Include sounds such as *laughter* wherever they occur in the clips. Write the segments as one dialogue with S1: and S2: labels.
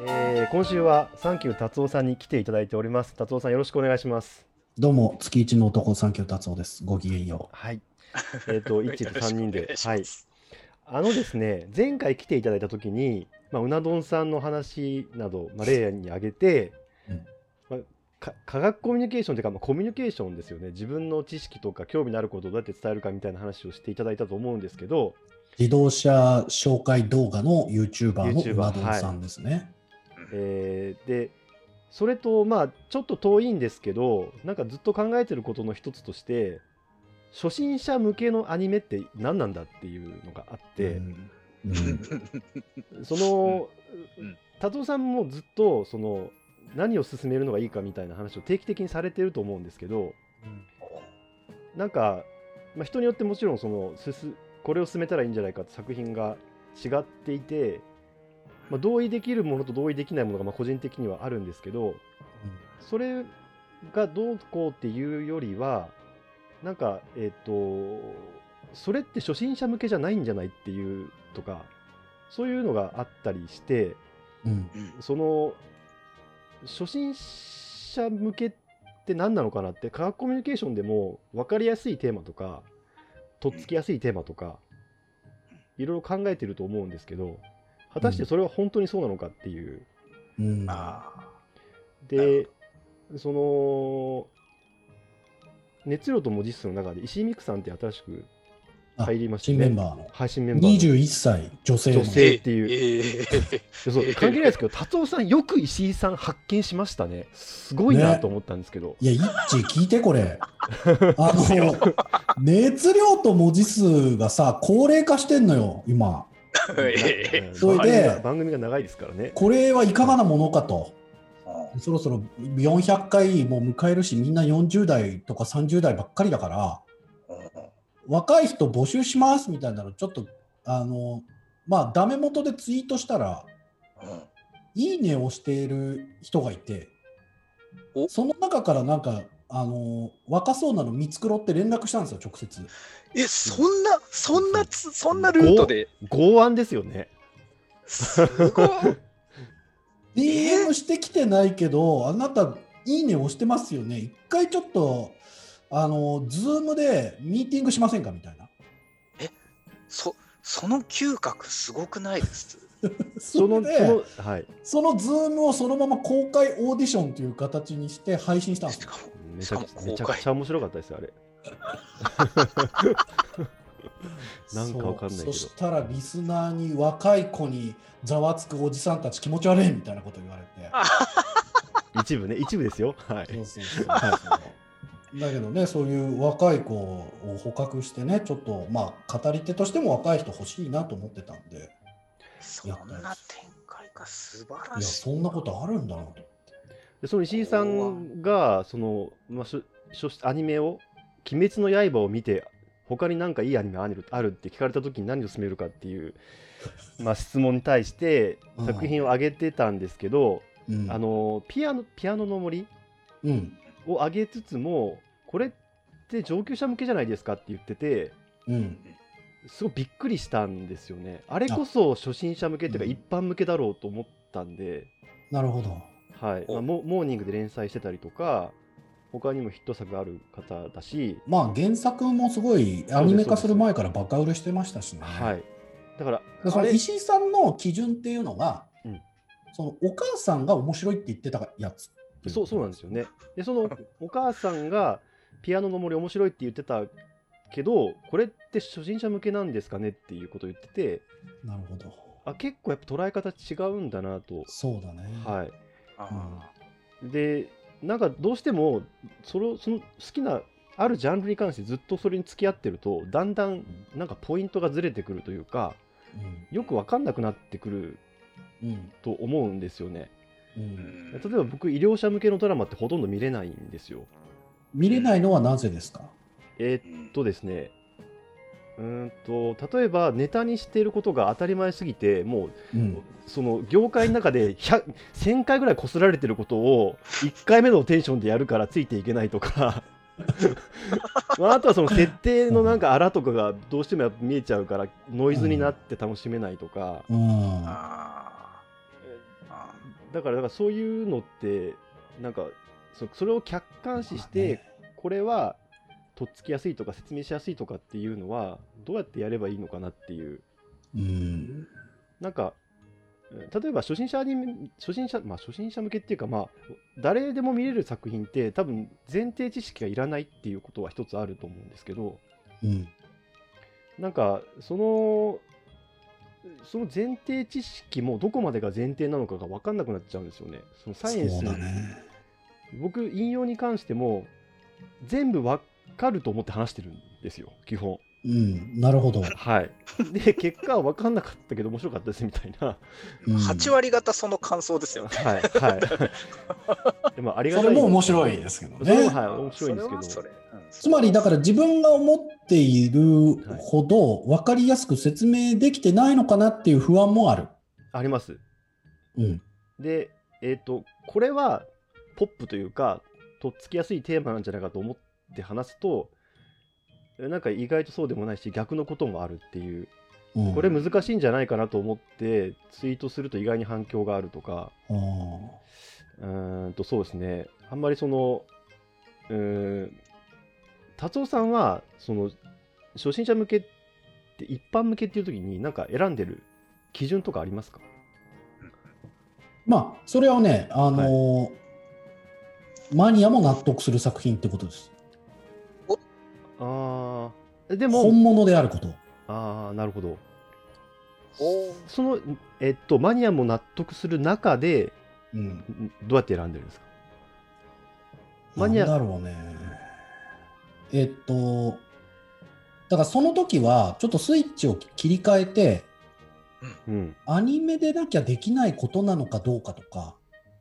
S1: えー今週はサンキュー達夫さんに来ていただいております。達夫さんよろしくお願いします。
S2: どうも、月一の男三協達夫です。ごきげんよ
S1: はい。えっ、
S3: *laughs*
S1: と一と三人
S3: よ
S1: で
S3: ろ、しくお
S1: は
S3: 願
S1: い
S3: いしま。す
S1: あのですね、前回来ていただいた時に、まあうな丼さんの話など、まあ例に挙げて、
S2: うん
S1: まあか科学コミュニケーションというか、まあ、コミュニケーションですよね。自分の知識とか興味のあることをどうやって伝えるかみたいな話をしていただいたと思うんですけど、
S2: う。自動車紹介動画の YouTuber の
S1: YouTuber
S2: うな丼さんですね。
S1: えーでそれとまあちょっと遠いんですけどなんかずっと考えてることの一つとして初心者向けのアニメって何なんだっていうのがあって
S2: う、んうん
S1: その、
S3: うん
S1: 達夫さんもずっとその何を進めるのがいいかみたいな話を定期的にされてると思うんですけどなんか、まあ、人によってもちろんそのすすこれを進めたらいいんじゃないかって作品が違っていて、まあ、同意できるものと同意できないものがまあ個人的にはあるんですけどそれがどうこうっていうよりはなんかえっ、とそれって初心者向けじゃないんじゃないっていうとかそういうのがあったりして
S2: うん
S3: うん
S1: その初心者向けって何なのかなって科学コミュニケーションでも分かりやすいテーマとかとっつきやすいテーマとかいろいろ考えてると思うんですけど果たしてそれは本当にそうなのかっていう。
S2: うん
S3: あな
S1: で
S3: る
S1: その熱量と文字数の中で石井美久さんって新しく
S2: あ
S1: 入りました
S2: 新
S1: ね
S2: メンバーの
S1: 配信メンバーの
S2: 21歳女性の
S1: 女
S3: ー
S1: 性っていう
S3: えー
S1: そう関係ないですけど達夫さんよく石井さん発見しましたねすごいなと思ったんですけ
S3: *laughs*
S1: ど、
S2: いや、一ッチ聞いて
S1: *laughs*
S2: これ。あの、熱量と文字数がさ、高齢化してんのよ、今。
S3: えー
S1: な
S2: それで
S1: 番組が長いですからね
S2: これはいかがなものかと。そろそろ400回も迎えるし、みんな40代とか30代ばっかりだから、若い人募集しますみたいなのちょっとあのまあダメ元でツイートしたら「いいね」をしている人がいて
S3: お
S2: その中からなんかあの若そうなの見繕って連絡したんですよ直接
S3: えそんなそんなつそんなルートで
S1: 剛腕ですよね
S3: すごい
S2: DM してきてないけどあなた「いいね」をしてますよね一回ちょっとあのズームでミーティングしませんかみたいな
S3: そその嗅覚すごくないです
S1: そ
S2: それ
S1: の
S2: で
S1: そのはい
S2: そのズームをそのまま公開オーディションという形にして配信したんです
S3: し
S2: よ
S3: かも
S1: めちゃく
S3: し
S1: ち
S3: か
S1: ゃ
S3: も
S1: めちゃくちゃ面白かったですよあれなんかわかんないけど
S2: そうそしたらリスナーに若い子にざわつくおじさんたち気持ち悪いみたいなこと言われて。
S1: 一部ね一部ですよはい
S2: そうそうそうそうだけどね、そういう若い子を捕獲してね、ちょっとまあ語り手としても若い人欲しいなと思ってたんで、いや、
S3: そんな展開が素晴らしい
S2: そんなことあるんだなと。
S1: でその石井さんがその、まあ、しょしょアニメを「鬼滅の刃」を見て他に何かいいアニメあるあるって聞かれた時に何を勧めるかっていう、まあ、質問に対して
S2: うん
S1: 作品を挙げてたんですけど、
S2: うん、
S1: あのピアノ「ピアノの森
S2: うん、」
S1: を挙げつつもこれって上級者向けじゃないですかって言ってて
S2: うん、
S1: すごいびっくりしたんですよねあれこそ初心者向けっていうか
S2: うん
S1: 一般向けだろうと思ったんで。
S2: なるほど。
S1: はい
S3: お
S1: まあ、モモーニングで連載してたりとか他にもヒット作ある方だし、
S2: まあ原作もすごいアニメ化する前からバカ売れしてましたしね。
S1: はい、だから
S2: でそ
S1: あ
S2: の
S1: れ
S2: 石井さんの基準っていうのが、
S1: うん
S2: そのお母さんが面白いって言ってたやつってい
S1: そうそうなんですよねでそのお母さんが「ピアノの森面白い」って言ってたけどこれって初心者向けなんですかねっていうことを言ってて
S2: なるほど
S1: あ結構やっぱ捉え方違うんだなと、
S2: そうだね、
S1: は
S3: あ
S2: うん
S1: い、でなんかどうしてもそれをその好きなあるジャンルに関してずっとそれに付き合ってるとだんだんなんかポイントがずれてくるというかよく分かんなくなってくる
S2: うんうん
S1: と思うんですよね。
S2: う、
S3: ーうんん
S1: 例えば僕医療者向けのドラマってほとんど見れないんですよ。
S2: 見れないのはなぜですか、
S1: え
S3: う
S1: ーっ
S3: ん
S1: とですねうーんと例えばネタにしていることが当たり前すぎても
S2: うん、
S1: うその業界の中で100 1000回ぐらいこすられてることを1回目のテンションでやるからついていけないと
S3: *laughs*
S1: か。まあ、あとはその設定のなんかあらとかがどうしてもやっぱ見えちゃうからノイズになって楽しめないとか、
S2: うん
S3: あーあ
S1: だからだからそういうのってなんかそそれを客観視して、これはとっつきやすいとか説明しやすいとかっていうのはどうやってやればいいのかなっていう
S2: うん
S1: なんかうん例えば初心者アニメ初心者まあ初心者向けっていうかまあ誰でも見れる作品って多分前提知識がいらないっていうことは一つあると思うんですけど
S2: うん
S1: なんかそのその前提知識もどこまでが前提なのかが分かんなくなっちゃうんですよね。そのサイエン
S2: そ
S1: ス
S2: うだね
S1: 僕引用に関しても全部わかると思って話してるんですよ基本
S2: うんなるほど、
S1: はい
S3: *laughs*
S1: で結果は分かんなかったけど面白かったですみたいな
S2: うん、
S3: 8割方その感想ですよね。
S1: はいはいでもありが
S2: そ
S1: たい
S2: れも面白いですけど
S1: それも
S2: ね
S1: はい面白いんですけど
S3: それはそれうん
S2: つまりだから自分が思っているほど分かりやすく説明できてないのかなっていう不安もある。
S1: あります
S2: うん、
S1: でえっ、とこれはポップというかとっつきやすいテーマなんじゃないかと思って話すとなんか意外とそうでもないし逆のこともあるっていう
S2: うん、
S1: これ難しいんじゃないかなと思ってツイートすると意外に反響があるとか
S2: あ
S1: うーんとそうですねあんまりそのうーん達夫さんはその初心者向けって一般向けっていう時になんか選んでる基準とかありますか
S2: まあそれをね、あのーマニアも納得する作品ってことです。
S1: ああでも
S2: 本物であること。
S1: ああなるほど
S3: おー
S1: そのえっとマニアも納得する中で
S2: うん、
S1: んどうやって選んでるんですかマニア
S2: なんだろうね。えっとだからその時はちょっとスイッチを切り替えて
S1: うん
S2: アニメでなきゃできないことなのかどうかとか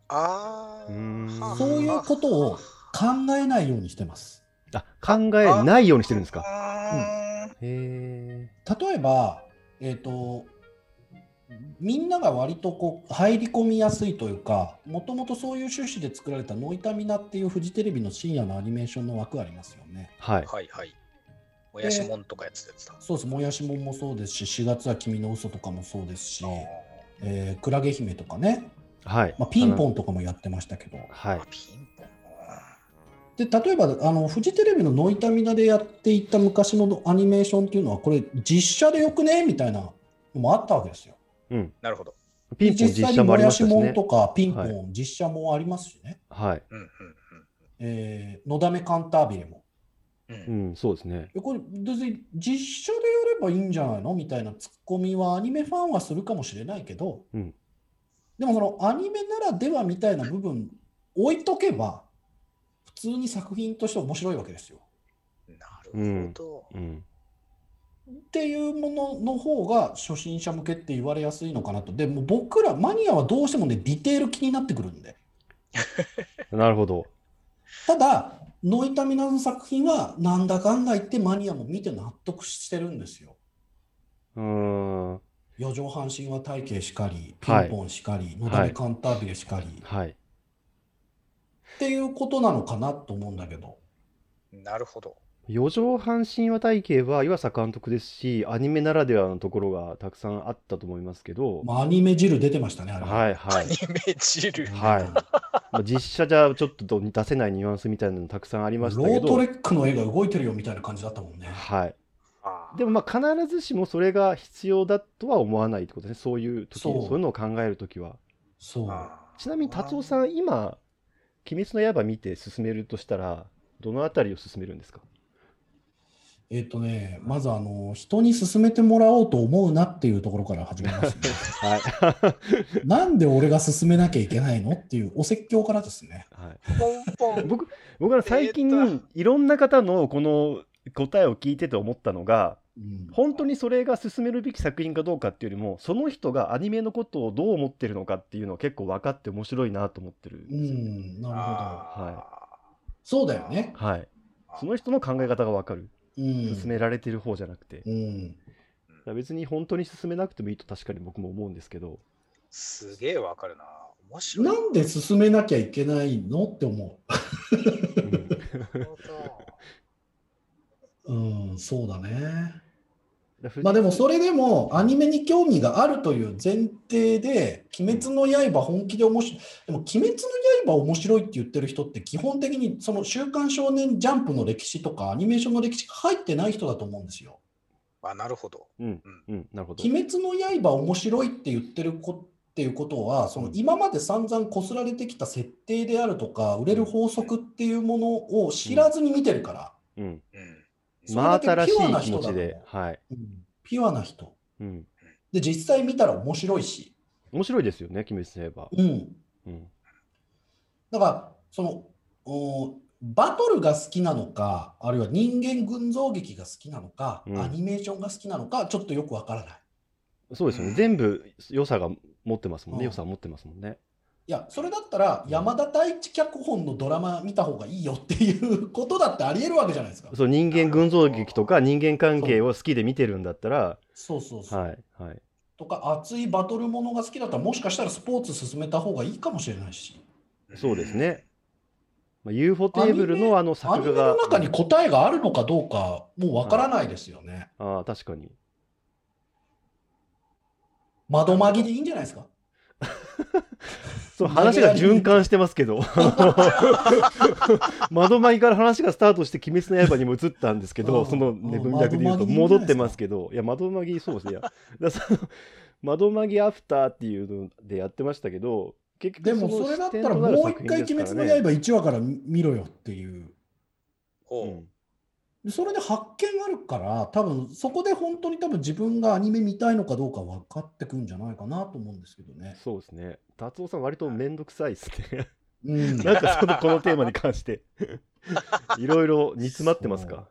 S3: あ
S1: うーん
S3: あ、
S2: そういうことを考えないようにしてます。
S1: あ考えないようにしてるんですか
S3: か。
S1: へ
S2: 例えば、えー、とみんなが割とこう入り込みやすいというかもともとそういう趣旨で作られた「ノイタミナ」っていうフジテレビの深夜のアニメーションの枠ありますよね。
S1: ーはい
S3: はいはい。もやしもんとかやつやつだ。
S2: そうです「もやしもん」もそうですし「4月は君の嘘とかもそうですし
S3: あー
S2: 「えークラゲ姫」とかね、
S1: はい、
S2: まあ、ピンポ
S1: ン
S2: ンとかもやってましたけど
S1: はい
S3: あピンポン。
S2: で例えばあのフジテレビの「ノイタミナ」でやっていた昔のアニメーションっていうのはこれ実写でよくねみたいなのもあったわけですよ。
S1: うん
S3: なるほど。
S1: ピンポン
S2: 実
S1: 実
S2: 際
S1: 写
S2: に
S1: もあ
S2: も
S1: りま
S2: や
S1: し
S2: した
S1: し
S2: もん
S1: ね
S2: とかピンポ
S1: は
S2: ン、実写もありますしね、
S1: はい
S3: うんうん
S2: えー、のだめカンタービレも。
S3: うんうん。
S1: う
S3: うん
S1: んそうですね
S2: えこれ別に実写でやればいいんじゃないのみたいなツッコミはアニメファンはするかもしれないけど、
S1: うん
S2: でもそのアニメならではみたいな部分置いとけば普通に作品として面白いわけですよ。
S3: なるほど。
S1: うん
S2: っていうものの方が初心者向けって言われやすいのかなと。でもう僕らマニアはどうしてもねディテール気になってくるんで。
S1: なるほど。
S2: ただ、ノイタミナの作品は、なんだかんだ言ってマニアも見て納得してるんですよ。
S1: うーん。
S2: 四畳半神話体系しかり、ピ
S1: はい
S2: ンポンしかり、のだめカンタービレしかり、っ
S1: はい。
S2: ていうことなのかなと思うんだけど。
S3: なるほど。
S1: 四畳半神話体系は岩佐監督ですし、アニメならではのところがたくさんあったと思いますけど、
S2: まあ、アニメ汁出てましたね、あれ。
S1: はい
S3: ア
S1: はい
S3: ニ。メ汁。
S1: はいまあ実写じゃちょっと出せないニュアンスみたいなのたくさんあり
S2: ロ
S1: ましたけ
S2: ート
S1: ど
S2: レ、ックの絵が動いてるよみたいな感じだったもんね。
S1: はい。
S3: あー
S1: でもまあ必ずしもそれが必要だとは思わないってことですね。そういう時、
S2: そう
S1: そういうのを考えるときは。
S2: そう。
S3: あー
S1: ちなみに達夫さん、今、鬼滅の刃見て進めるとしたら、どのあたりを進めるんですか
S2: えっ、とね、まずあの、人に勧めてもらおうと思うなっていうところから始め
S1: *laughs*
S2: ますね。
S1: はい。
S2: なんで俺が勧めなきゃいけないのっていうお説教からですね。
S1: はい。
S3: ポンポン。
S1: 僕僕は最近、
S3: えーっ
S1: いろんな方のこの答えを聞いてて思ったのが
S2: うん
S1: 本当にそれが進めるべき作品かどうかっていうよりもその人がアニメのことをどう思ってるのかっていうのを結構分かって面白いなと思ってる、
S2: うん、なるほど。
S3: あ
S2: そうだよね。
S1: はい、
S3: ー
S1: その人の考え方が分かる
S2: うん。
S1: 進められてる方じゃなくて、だか
S2: うん。
S1: ら別に本当に進めなくてもいいと確かに僕も思うんですけど
S3: すげえわかるな。面白い。
S2: なんで進めなきゃいけないのって思
S1: うん *laughs*
S3: なるほど
S2: う。うん、そうだね。
S1: ら
S2: まあでもそれでもアニメに興味があるという前提で「鬼滅の刃」本気で面白いでも「鬼滅の刃」面白いって言ってる人って基本的にその「週刊少年ジャンプ」の歴史とかアニメーションの歴史が入ってない人だと思うんですよ。
S3: あ、なるほど。
S1: うん、うん、なるほど。
S2: 鬼滅の刃面白いって言ってるこっていうことはその今まで散々こすられてきた設定であるとか売れる法則っていうものを知らずに見てるから、
S1: うん、
S3: うん。
S2: それ
S1: 真
S2: だけ
S1: 新しい
S2: ピュアな
S1: 気
S2: 人
S1: 持
S2: だ
S1: ちで
S2: も、
S1: はい。
S2: うんピュアな人
S1: うん、
S2: で実際見たら面白いし、
S1: 面白いですよね、鬼滅の刃。
S2: うん、
S1: うん、
S2: だからそのおバトルが好きなのかあるいは人間群像劇が好きなのか、
S1: うん
S2: アニメーションが好きなのかちょっとよくわからない。
S1: そうですよ
S3: う
S1: ね。
S3: ん
S1: 全部良さが持ってますもんね。
S2: う
S1: 良
S2: ん
S1: さ持ってますもんね。
S2: いやそれだったら山田太一脚本のドラマ見た方がいいよっていうことだってありえるわけじゃないですか。
S1: そう、人間群像劇とか人間関係を好きで見てるんだったら、
S2: そうそうそう。
S1: はい、はい。
S2: とか熱いバトルものが好きだったらもしかしたらスポーツ進めた方がいいかもしれないし
S1: そうですね。まあ、UFO テーブル
S2: アニメ
S1: のあの
S2: アニメ
S1: 作画が
S2: の。中に答えがあるのかどうかもうわからないですよね、
S1: ああ、確かに。
S2: 窓紛れでいいんじゃないですか
S1: そう話が循環してますけ
S2: *laughs*
S1: ど窓前から話がスタートして「鬼滅の刃」にも移ったんですけ
S2: う
S1: ど
S2: ん
S1: そのね文脈で言うと
S2: うん窓紛れ
S1: 戻ってますけどいや窓紛れそうですねいやだからその窓紛れアフターっていうのでやってましたけど結
S2: で
S1: 局
S2: も
S1: の
S2: それだった
S1: 視
S2: ら
S1: 点と
S2: も
S1: な
S2: う
S1: る
S2: 一
S1: 作品
S2: 回「
S1: ですか
S2: 鬼
S1: ら
S2: 滅の
S1: ね
S2: 刃」1話から見ろよっていう
S3: ほう。
S1: うん
S2: でそれで発見あるから多分そこで本当に多分自分がアニメ見たいのかどうか分かってくんじゃないかなと思うんですけどね。
S1: そうですね達夫さん割と面倒くさいですね *laughs*
S2: うん、
S1: なんかそのこのテーマに関して
S2: *laughs*
S1: いろいろ煮詰まってますか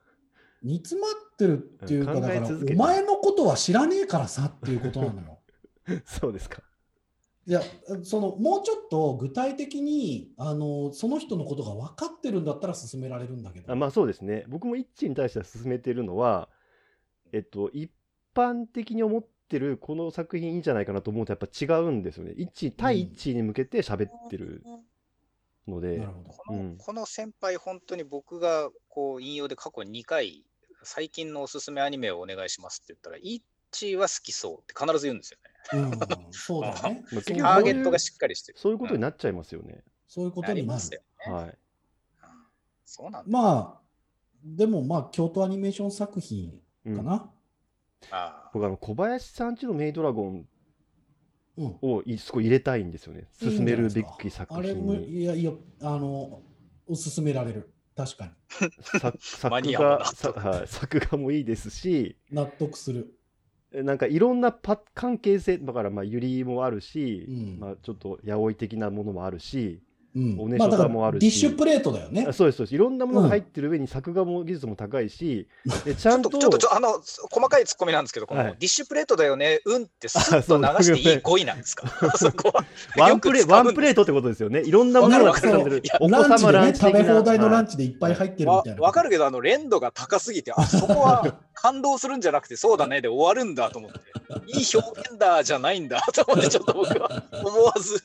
S2: 煮詰まってるっていうか、
S1: うん
S2: だから
S1: 考え続け
S2: お
S1: て
S2: 前のことは知らねえからさっていうことなのよ。
S1: そうですか
S2: いやそのもうちょっと具体的にあのその人のことが分かってるんだったら進められるんだけど、
S1: あまあそうですね僕もイッチに対しては勧めてるのはえっと一般的に思ってるこの作品いいんじゃないかなと思うとやっぱ違うんですよねイッチ対イッチに向けて喋ってるので、
S2: なるほど。
S3: この,、
S1: うん
S3: この先輩、本当に僕がこう引用で過去2回、最近のおすすめアニメをお願いしますって言ったら、イッチは好きそうって必ず言うんですよね。
S2: うん、そうだね。
S1: まあ結
S2: そ
S1: 局
S2: う
S1: こ
S3: タ
S1: う
S3: ー
S1: いう
S3: ゲットがしっかりしてる。
S1: そういうことになっちゃいますよね、
S2: そういうこ
S3: な
S2: と
S3: り
S2: にな
S3: ま
S2: る。
S3: すよね。
S1: はい
S3: うんそうなんだ。
S2: まあでもまあ京都アニメーション作品
S1: うん
S2: かな。
S3: ああ
S1: 僕あの小林さんちのメイドラゴン
S2: うん
S1: をいすごい入れたいんですよね
S2: いい
S1: 勧
S2: んじゃな
S1: め
S2: いで
S1: る
S2: す
S1: べ
S2: か
S1: き作
S2: あれ
S1: 品
S2: も
S1: に
S2: いやいやあのおすすめられる確かに
S1: 作
S2: *laughs*
S3: マ
S1: 作
S3: ニアだ
S1: 画
S3: な
S1: さはい作画もいいですし
S2: 納得する。
S1: えなんかいろんなパ関係性だからまあユリもあるし、
S2: うん
S1: まあ、ちょっと弥生的なものもあるし
S2: うん
S1: おね
S2: まあ
S1: しょ
S2: だか
S1: さ
S2: ら
S1: んもあるし
S2: ディッシュプレートだよね
S1: あ。そうですそうですいろんなものが入ってる上に作画も技術も高いし、でち
S3: ち
S1: ゃ
S3: ょっ
S1: ん
S3: と
S1: と
S3: ちょっとちょあの細かいツッコミなんですけど、この
S1: はい
S3: ディッシュプレートだよね、うんってス
S1: あ
S3: ッ
S1: そ
S3: と
S1: う
S3: 流していい語彙なんです
S1: *laughs*
S3: か、そこは。
S1: ワンプレ
S3: よ
S1: ー
S3: く使
S1: ワ
S3: うんです
S1: ンプレートってことですよねいろんなものが作られてるお
S3: わか
S2: ラ
S1: 子
S2: ンチ
S1: 様
S2: で
S1: ラ
S2: ね
S1: ンチ
S2: 食
S1: 的
S2: べ
S1: な
S2: 放題のラン
S1: チ
S2: チでいっぱい入ってるみ
S3: わ
S2: たいな。
S3: わかるけど、あの連度が高すぎて、あそこは感動するんじゃなくて、そうだねで終わるんだと思って、いい表現だじゃないんだと思って、ちょっと僕は思わず、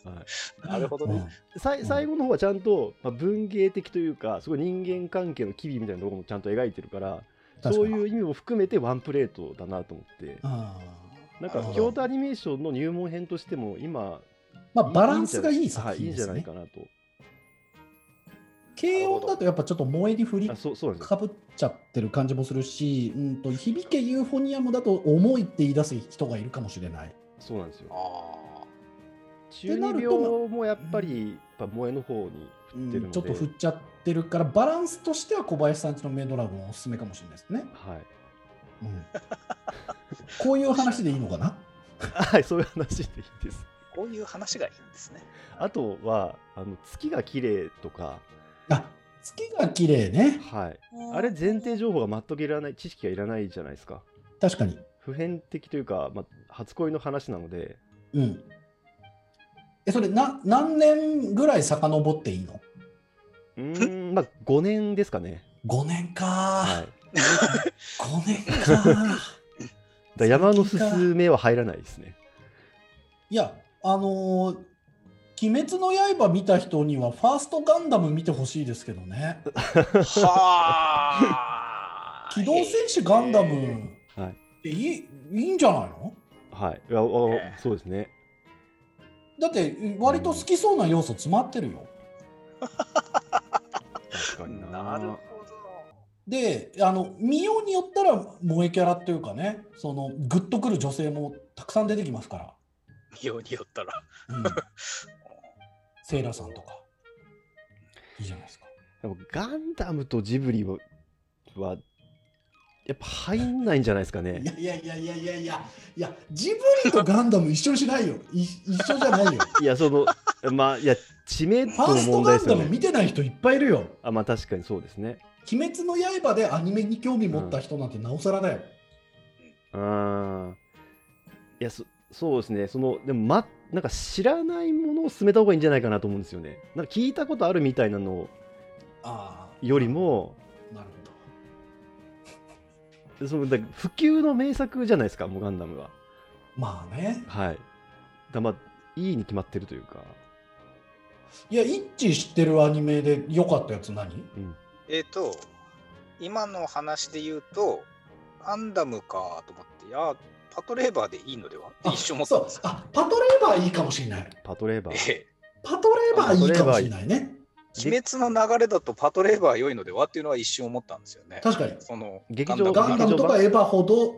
S3: なるほど
S2: うん
S3: ね。
S1: さい最後の方はちゃんと、まあ、文芸的というかすごい人間関係の機微みたいなところもちゃんと描いてるから
S2: 確かに
S1: そういう意味も含めてワンプレートだなと思って
S2: あ
S1: なんか
S2: なるほど
S1: 京都アニメーションの入門編としても今
S2: ーまあバランスがいい作
S1: はいいい
S2: 品です
S1: ん
S2: ね
S1: じゃ。ないかなと。
S2: 軽音だとやっぱちょっと萌えに振り
S1: あそうそうなんですよ
S2: かぶっちゃってる感じもするし、うん、と響けユーフォニアムだと重いって言い出す人がいるかもしれない。
S1: そうなんですよ。
S3: あ
S1: 中二病もやっぱりやっぱ萌えの方に振
S2: う
S1: ってるの
S2: ん、
S1: で、
S2: ちょっと振っちゃってるからバランスとしては小林さんちのメイドラゴンはおすすめかもしれないですね。
S1: *laughs*
S3: *laughs*
S1: はい。
S2: うんこういう話でいいのかな
S1: はい、そういう話でいいです。
S3: ーこういう話がいいんですね。
S1: あとはあの月が綺麗とか、
S2: あ月が綺麗ね
S1: はい。あれ前提情報が全くいらない知識がいらないじゃないですか。
S2: 確かに、
S1: 普遍的というか、まあ、初恋の話なので、
S2: うん、えそれな何年ぐらい遡っていいの
S1: うーん、
S3: *laughs*
S1: まあ5年ですかね。
S2: ?5 年か、
S1: はい。
S2: 5年か
S1: だから山のすすめは入らないですね。
S2: いやあのー鬼滅の刃」見た人には「ファーストガンダム」見てほしいですけどね「
S3: はあ。
S2: 機動戦士ガンダム」
S1: はい。
S2: いいいいんじゃないの
S1: はいいやわそうですね
S2: だって割と好きそうな要素詰まってるよ。
S1: 確かにな
S3: *laughs* なるほ
S2: であの見ようによったら萌えキャラっていうかねそのグッとくる女性もたくさん出てきますか
S3: ど。ようによったら。
S1: *laughs*
S2: ら、うん、セイラさんとかいいじゃないですか。
S1: でもガンダムとジブリははやっぱ入んないんじゃないですかね
S2: いやいやいやいやいやいやいやジブリとガンダム一緒にしないよい一緒じゃない *laughs* よ。
S1: いやそのまあいや知名度
S2: ファー
S1: の
S2: スト
S1: 問
S2: ガ
S1: 題で
S2: ン
S1: す
S2: ダ
S1: よ
S2: ム
S1: ね
S2: 見てない人いっぱいいるよ。
S1: あまあ確かにそうですね
S2: 鬼滅の刃でアニメに興味持った人なんてなおさらだよ。
S1: ああいやそそうですねそのでもまなんか知らないものを進めた方がいいんじゃないかなと思うんですよねなんか聞いたことあるみたいなの
S2: ああ
S1: よりも
S2: なるほど。
S1: そのだから普及の名作じゃないですかもうガンダムは
S2: まあね。
S1: はいだまあいいに決まってるというか
S2: いや、イッチ知ってるアニメで良かったやつ何
S3: えっ、と、今の話で言うと、ガンダムかと思って、いや、パトレーバーでいいのではって一瞬思った
S2: そ
S3: ん
S2: う
S3: ですよ。
S2: あパトレーバーいいかもしれない。
S1: パトレーバー
S3: え
S2: パトレーバーいいかもしれないね。
S3: え、鬼滅の流れだとパトレーバー良いのではっていうのは一瞬思ったんですよね。
S2: 確かに。
S3: その
S1: 劇場
S2: ガンダムとかエヴァほど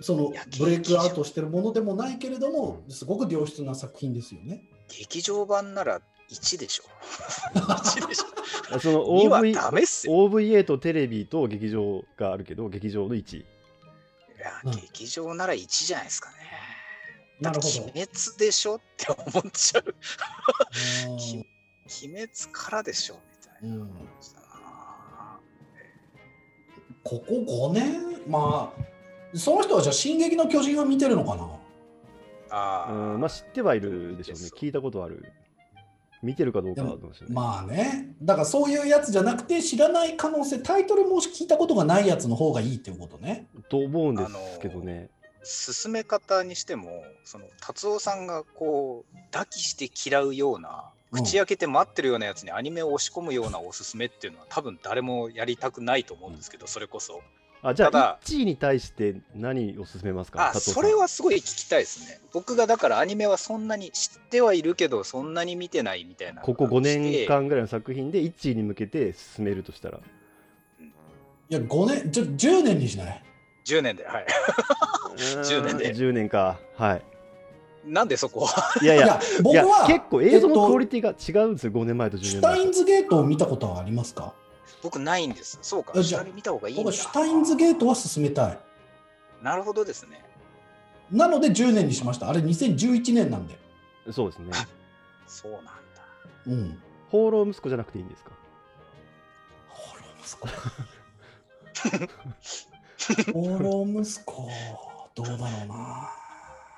S2: その
S3: いや
S2: ブレイクアウトしてるものでもないけれども、すごく良質な作品ですよね。
S3: 劇場版なら1
S1: *laughs*
S3: でしょ。1でしょ。
S1: あその
S3: 2は
S1: OV
S3: ダメっすよ。
S1: OVA とテレビと劇場があるけど劇場の1
S3: いや、
S2: うん
S3: 劇場なら1じゃないですかね。
S2: なるほ *laughs*
S3: だっ
S2: ど
S3: て。鬼滅でしょって思っちゃう。
S2: うん
S3: 鬼滅からでしょみたいな
S2: うん
S3: 感じだな。
S2: ここ5年まあその人はじゃあ「進撃の巨人」は見てるのかな
S3: あ
S1: う
S3: ー
S1: んまあ知ってはいるでしょうね
S3: そう
S1: 聞いたことある見てるかどうかはどうですよね、
S2: まあねだからそういうやつじゃなくて知らない可能性タイトルもし聞いたことがないやつの方がいいっていうことね。
S1: と思うんですけどね、
S3: 進め方にしてもその達夫さんがこう抱きして嫌うような
S2: うん
S3: 口開けて待ってるようなやつにアニメを押し込むようなおすすめっていうのは多分誰もやりたくないと思うんですけどそれこそ
S1: あじゃ
S3: た
S1: あ
S3: だ
S1: 1位に対して何を勧めますか
S3: あ
S1: 佐藤さ
S3: そ
S1: ん
S3: れはすごい聞きたいですね僕がだからアニメはそんなに知ってはいるけどそんなに見てないみたいな
S1: ここ5年
S3: 感
S1: 間ぐらいの作品で1位に向けて進めるとしたら
S2: いや5年ちょ10年にしない
S3: じで10年ではい *laughs* 10年で
S1: うーん10年かはい
S3: なんでそこは
S1: いやい
S2: い
S1: や
S2: や僕
S1: いや結
S2: は
S1: 構映像の
S2: えっと
S1: クオリティが違うんですよ5年前と10
S2: シ
S1: 年
S2: ュタ
S1: 前
S2: インズゲートを見たことはありますか
S3: 僕ないんですそうか
S2: あ
S3: シ
S2: じゃあ
S3: ャリ見た方がいいん
S2: 僕
S3: だ
S2: はシュタインズゲートは進めたい
S3: なるほどですね
S2: なので10年にしましたあれ2011年なんで
S1: そうですね
S3: そうなんだ
S2: うん
S1: 放浪息子じゃなくていいんですか
S2: ほら息子 *laughs* ほら息子どうだろうな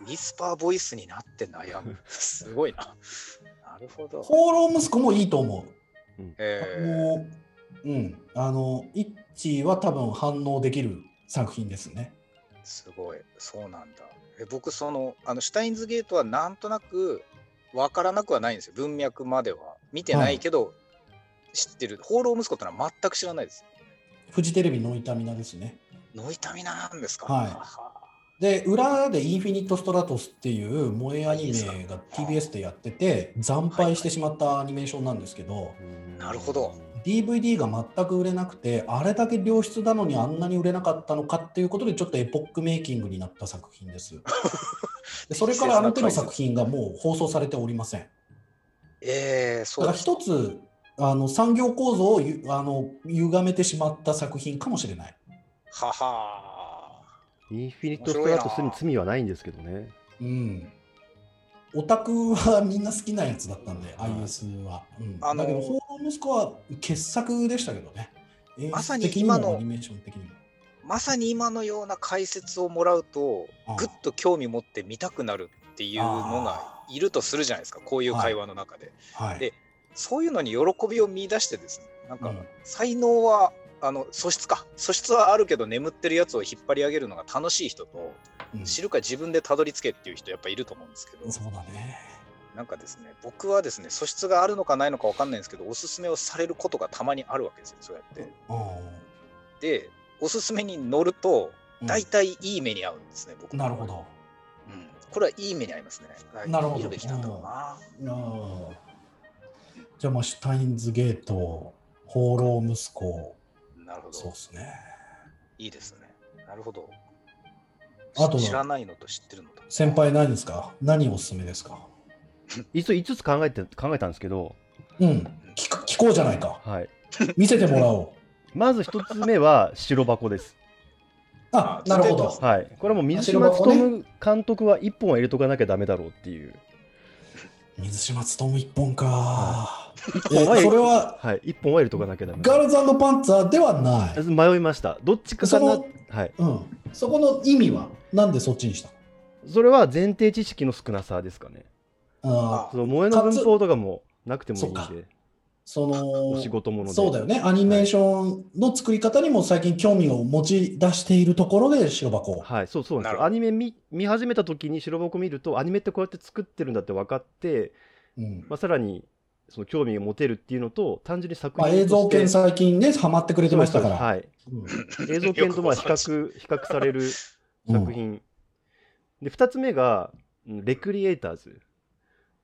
S3: ウィスパーボイスになって悩む。すごいな。なるほど。
S2: *laughs* 放浪息子もいいと思う。
S3: え
S2: もう、うん、あの、イッチは多分反応できる作品ですね。
S3: ー、すごい。そうなんだ。え僕、その、あの、シュタインズゲートはなんとなくわからなくはないんですよ。文脈までは。見てないけど、知ってる。放浪息子ってのは全く知らないです。
S2: フジテレビの痛みなですね。
S3: ノイタミナなんですか
S2: はいで、裏でインフィニット・ストラトスっていう萌えアニメが TBS でやってて、惨敗してしまったアニメーションなんですけど、
S1: うーん
S3: なるほど
S2: DVD が全く売れなくて、あれだけ良質なのにあんなに売れなかったのかっていうことで、ちょっとエポックメイキングになった作品です。
S3: *laughs*
S2: でそれからあの手の作品がもう放送されておりません。
S3: ええー、そ
S2: だか
S3: う
S2: ら
S3: です
S2: 一つあの産業構造をゆあの歪めてしまった作品かもしれない。
S3: はは
S1: インフィニット・ストラトスに罪はないんですけどね
S2: うん。オタクはみんな好きなやつだったんで、IS は。うん、
S3: あの
S2: だけど、放浪息子は傑作でしたけどね。
S3: まさに
S2: 演出的
S3: 今
S2: に
S3: の
S2: もアニメーション的にも。
S3: まさに今のような解説をもらうと
S2: ああ、
S3: ぐっと興味持って見たくなるっていうのがいるとするじゃないですか、こういう会話の中で。
S2: はい。
S3: でそういうのに喜びを見出してですね、なん
S2: う
S3: か
S2: ん、
S3: 才能は、あの素質か、素質はあるけど眠ってるやつを引っ張り上げるのが楽しい人と、
S2: うん
S3: 知るか自分でたどり着けっていう人、やっぱいると思うんですけど、
S2: そうだね。
S3: なんかですね、僕はですね、素質があるのかないのかわかんないんですけど、おすすめをされることがたまにあるわけですよ、そうやって。
S2: うん。
S3: で、おすすめに乗ると、大体いい目に遭うんですね、僕
S2: なるほど。
S3: うん、これはいい目に遭いますね。
S2: なるほど
S3: 見べきなんだろうな。
S2: あーじゃあ、まあ、シュタインズゲート、放浪息子、
S3: なるほ
S2: そう
S3: ど
S2: で。すね。
S3: いいですね。なるほど。
S2: あとは
S3: 知らないのと知ってるのと。
S2: 先輩、何ですか何おすすめですか
S1: 一応5つ考えて考えたんですけど、
S2: うん、聞く聞こうじゃないか。
S1: はい、
S2: 見せてもらお *laughs* う。
S1: まず1つ目は白箱
S2: *laughs*
S1: です。
S2: あ、なるほど。
S1: はい、これはもう水島
S2: 白箱
S1: 勉監督は1本は入れとかなきゃダメだろうっていう、
S2: 水島努一本か。え
S1: 本は
S2: それは、
S1: はい、1本は入れとかなきゃダメ
S2: ガールズパンツァーではない。
S1: 迷いました。どっちかか
S2: そ
S1: な
S2: の。
S1: はい。
S2: うん。そこの意味は、なんでそっちにしたの
S1: それは前提知識の少なさですかね。
S2: あー
S1: その萌えの文法とかもなくてもいいん
S2: かつ
S1: で、
S2: その
S1: お仕事もので。
S2: そうだよね、アニメーションの作り方にも最近興味を持ち出しているところで白箱。
S1: はい、そうそうなんです
S3: なるほど
S1: よ。アニメ見見始めた時に白箱見ると、アニメってこうやって作ってるんだって分かって、
S2: うん
S1: まあ、さらにその興味が持てるっていうのと、単純に作
S2: まあ、
S1: 品として
S2: 映像権最近ね、ハマってくれてましたから。
S1: はい、
S2: うん
S1: 映像権とまあ比
S3: よ
S1: 較比較される作
S2: うん
S1: 品。で、2つ目が、うんレクリエイターズ。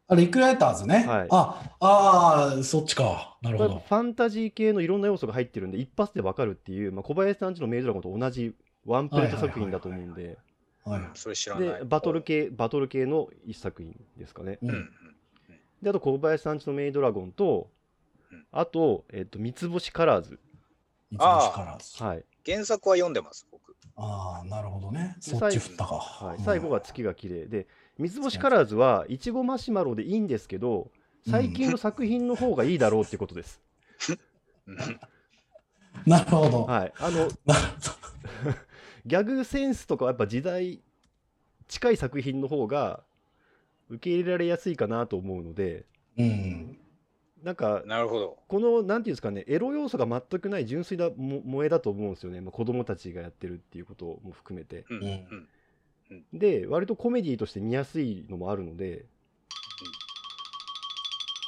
S2: あリクライターズね。
S1: はい
S2: ああー、そっちか。なる
S1: こ
S2: ほ
S1: れフ
S2: ど。
S1: ァンタジー系のいろんな要素が入ってるんで、一発で分かるっていう、まあ、小林さんちのメイドラゴンと同じワンプレート作品だと思うんで、
S2: はい
S3: *laughs* それ知らな
S1: で
S3: い。
S1: バトル系バトル系の一作品ですかね。
S2: う、
S3: うん。うんん。
S1: で、あと小林さんちのメイドラゴンと
S3: うん、
S1: あと、えっと、三つ星カラーズ。
S2: 三つ星カラーズ
S1: はい。
S3: 原作は読んでます、僕。
S2: ああ、なるほどね。
S1: で
S2: そっち振ったか。
S1: はい
S2: うん
S1: 最後が月が綺麗で、三つ星カラーズはいちごマシュマロでいいんですけど、最近の作品の方がいいだろうってことです。
S3: うん
S2: なるほど。
S1: はい。あの、
S2: なるほど
S1: ギャグセンスとかはやっぱ時代近い作品の方が受け入れられやすいかなと思うので
S2: *laughs* うん。
S1: なんか
S3: なるほど。
S1: このなんていうんですかねエロ要素が全くない純粋なも萌えだと思うんですよね、まあ、子供たちがやってるっていうことも含めて
S3: うん。
S2: うん
S3: うん。
S1: で割とコメディとして見やすいのもあるので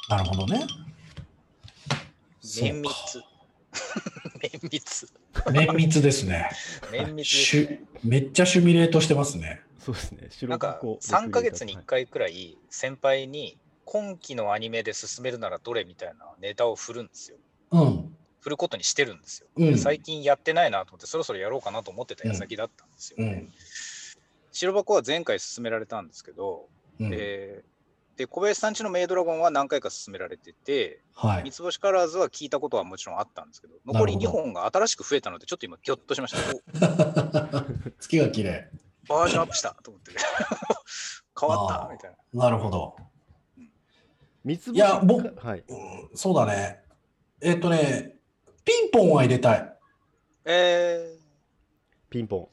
S2: なるほどね。
S3: 綿密。 *laughs* 綿密。
S2: そうか綿密ですね。
S3: *laughs* 綿密です
S2: シ
S3: ね。
S2: ュめっちゃシミュレートしてますね。
S1: そうですね白
S3: なんか
S1: 箱
S3: 3ヶ月に
S1: は
S3: 1
S1: い
S3: 回くらい先輩に今期のアニメで進めるならどれみたいなネタを振るんですよ。
S2: うん。
S3: 振ることにしてるんですよ。
S2: うん。
S3: 最近やってないなと思ってそろそろやろうかなと思ってた矢先だったんですよ
S2: う
S3: ね。
S2: ん。
S3: 白箱は前回進められたんですけど、
S2: うん
S3: えーで小林さんちのメイドラゴンは何回か進められてて
S2: は
S3: 三
S2: い。
S3: つ星カラーズは聞いたことはもちろんあったんですけど
S2: なるほ
S3: 残
S2: ど
S3: り2本が新しく増えたのでちょっと今ギョッとし
S2: *laughs*
S3: ました。お
S2: 月が綺麗。
S3: バージョンアップしたと思って。 *laughs* 変わったみたいな。
S2: なるほど。
S1: 三つ星
S2: いや僕
S1: はい
S2: うんそうだね。えっとね、ピンポンは入れたい。
S3: えー
S1: ピンポ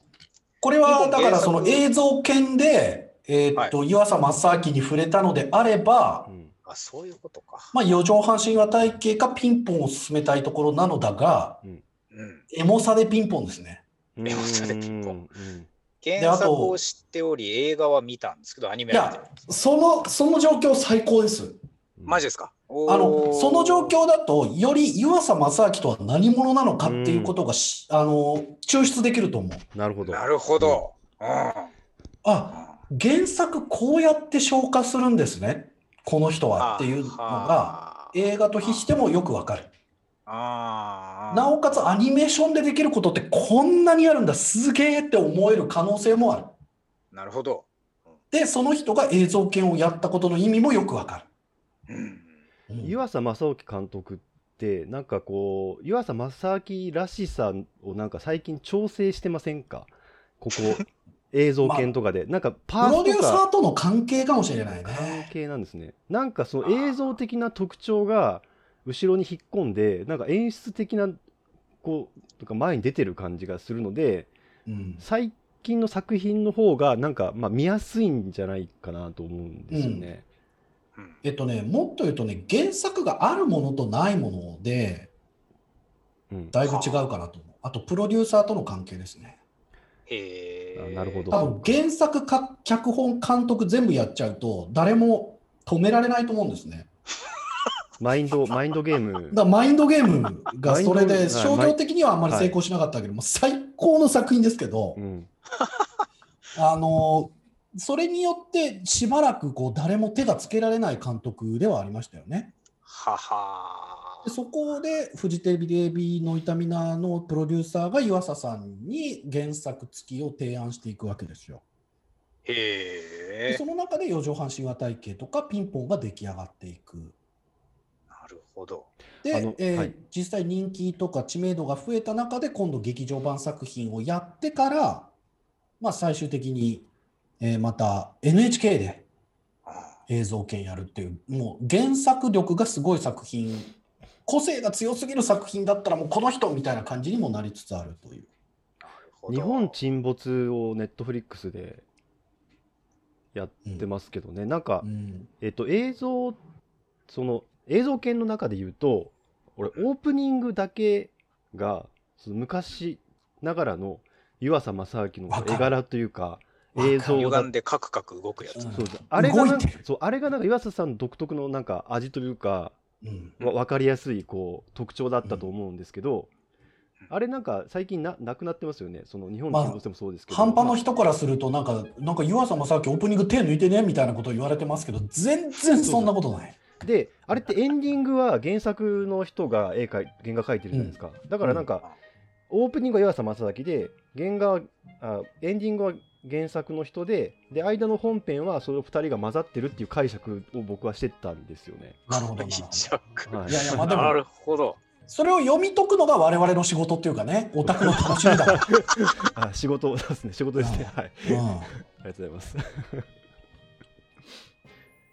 S2: これは
S3: ピンポ
S2: だか
S3: ン
S2: ら
S3: 原
S2: そ
S3: 作
S2: の映像権で、えっと、湯浅正明に触れたのであれば
S1: ン、う、ん
S3: あそういうことか。
S2: まあ、四畳半神話体系かピンポンを進めたいところなのだが、
S3: うん、
S2: エモさでピンポンですね。
S1: うん
S3: え本当にピンポン
S1: うん
S3: 原作を知っており、映画は見たんですけど、アニメは見てない
S2: その、その状況最高です。
S1: うん
S3: マジですかおー
S2: あの、その状況だと、より湯浅正明とは何者なのかっていうことがし、あの、抽出できると思う。
S1: なるほど
S3: なるほど。うん
S2: あ、原作こうやって消化するんですねこの人はっていうのが映画と比してもよくわかる
S3: あー
S2: なおかつアニメーションでできることってこんなにあるんだすげえって思える可能性もある
S3: なるほど。
S2: でその人が映像権をやったことの意味もよくわか
S3: うん
S2: る、うん
S1: 湯浅正興監督ってなんかこう湯浅正明らしさをなんか最近調整してませんか
S2: *laughs*
S1: ここ映像研とかで、なんかパ
S2: プ
S1: ー
S2: ロ
S1: ス
S2: デュ
S1: と
S2: ーサ
S1: か
S2: ーとの関係かもしれない
S1: 関
S2: ね
S1: 係なんですねなんかその映像的な特徴が後ろに引っ込んでなんか演出的なこうとか前に出てる感じがするので
S2: うん
S1: 最近の作品の方がなんかまあ見やすいんじゃないかなと思うんですよね、
S3: うん
S2: えっとねもっと言うとね原作があるものとないもので
S1: うん
S2: だいぶ違うかなと思うあとプロデューサーとの関係ですね
S3: へー
S1: あなるほど
S2: 多分原作か脚本監督全部やっちゃうと誰も止められないと思うんですね
S1: マインドマインドゲーム
S2: *laughs* だからマインドゲームがそ
S1: マ
S2: れ
S1: インドゲー
S2: で
S1: ムはい
S2: 商業的にはあんまり成功しなかったけども、最高の作品ですけど、
S1: うん、
S2: あのそれによってしばらくこう誰も手がつけられない監督ではありましたよね。
S3: はは
S2: でそこでフジテレビの痛みなのプロデューサーが湯浅さんに原作付きを提案していくわけですよ。で
S3: へえ
S2: その中で四畳半神話体系とかピンポンが出来上がっていく。
S3: なるほど
S1: あ
S2: で
S1: の、
S2: えー
S1: はい
S2: 実際人気とか知名度が増えた中で今度劇場版作品をやってから、まあ、最終的に、えーまた NHK で
S3: あ
S2: 映像権やるっていうもう原作力がすごい作品個性が強すぎる作品だったらもうこの人みたいな感じにもなりつつあるという
S3: なるほど
S1: 日本沈没をネットフリックスでやってますけどね、なんか
S2: う、ん
S1: えっと、映像その映像系の中で言うと俺オープニングだけがその昔ながらの湯浅正明
S2: わ
S1: の
S2: かる
S1: 絵柄というか
S2: わかる
S1: 映像だ
S3: 歪んでカクカク動くやつ
S2: うん
S1: そうあれがなん
S2: 動いてる
S1: そうあれがなんか岩佐さん独特のなんか味というか
S2: うん
S1: わ分かりやすいこう特徴だったと思うんですけど、
S3: うん
S1: あれなんか最近ななくなってますよねその日本
S2: まあ
S1: 人としてもそうですけど、
S2: 半端の人からするとなんかなんか湯浅もさっきオープニング手抜いてねみたいなこと言われてますけど全然そんなことない。
S1: であれってエンディングは原作の人が絵描い原画描いてるじゃないですか、だからなんか、オープニングは岩佐正明で原画はあエンディングは原作の人でで間の本編はそれを2人が混ざってるっていう解釈を僕はしてたんですよね。
S2: なるほどなるほど
S3: 一着
S1: はい
S2: やいやまあでも
S3: なるほど
S2: それを読み解くのが我々の仕事っていうかねオタクの楽しみだから、
S1: *laughs* あ仕事そうですね仕事ですね。はい、
S2: うん、
S1: ありがとうございます。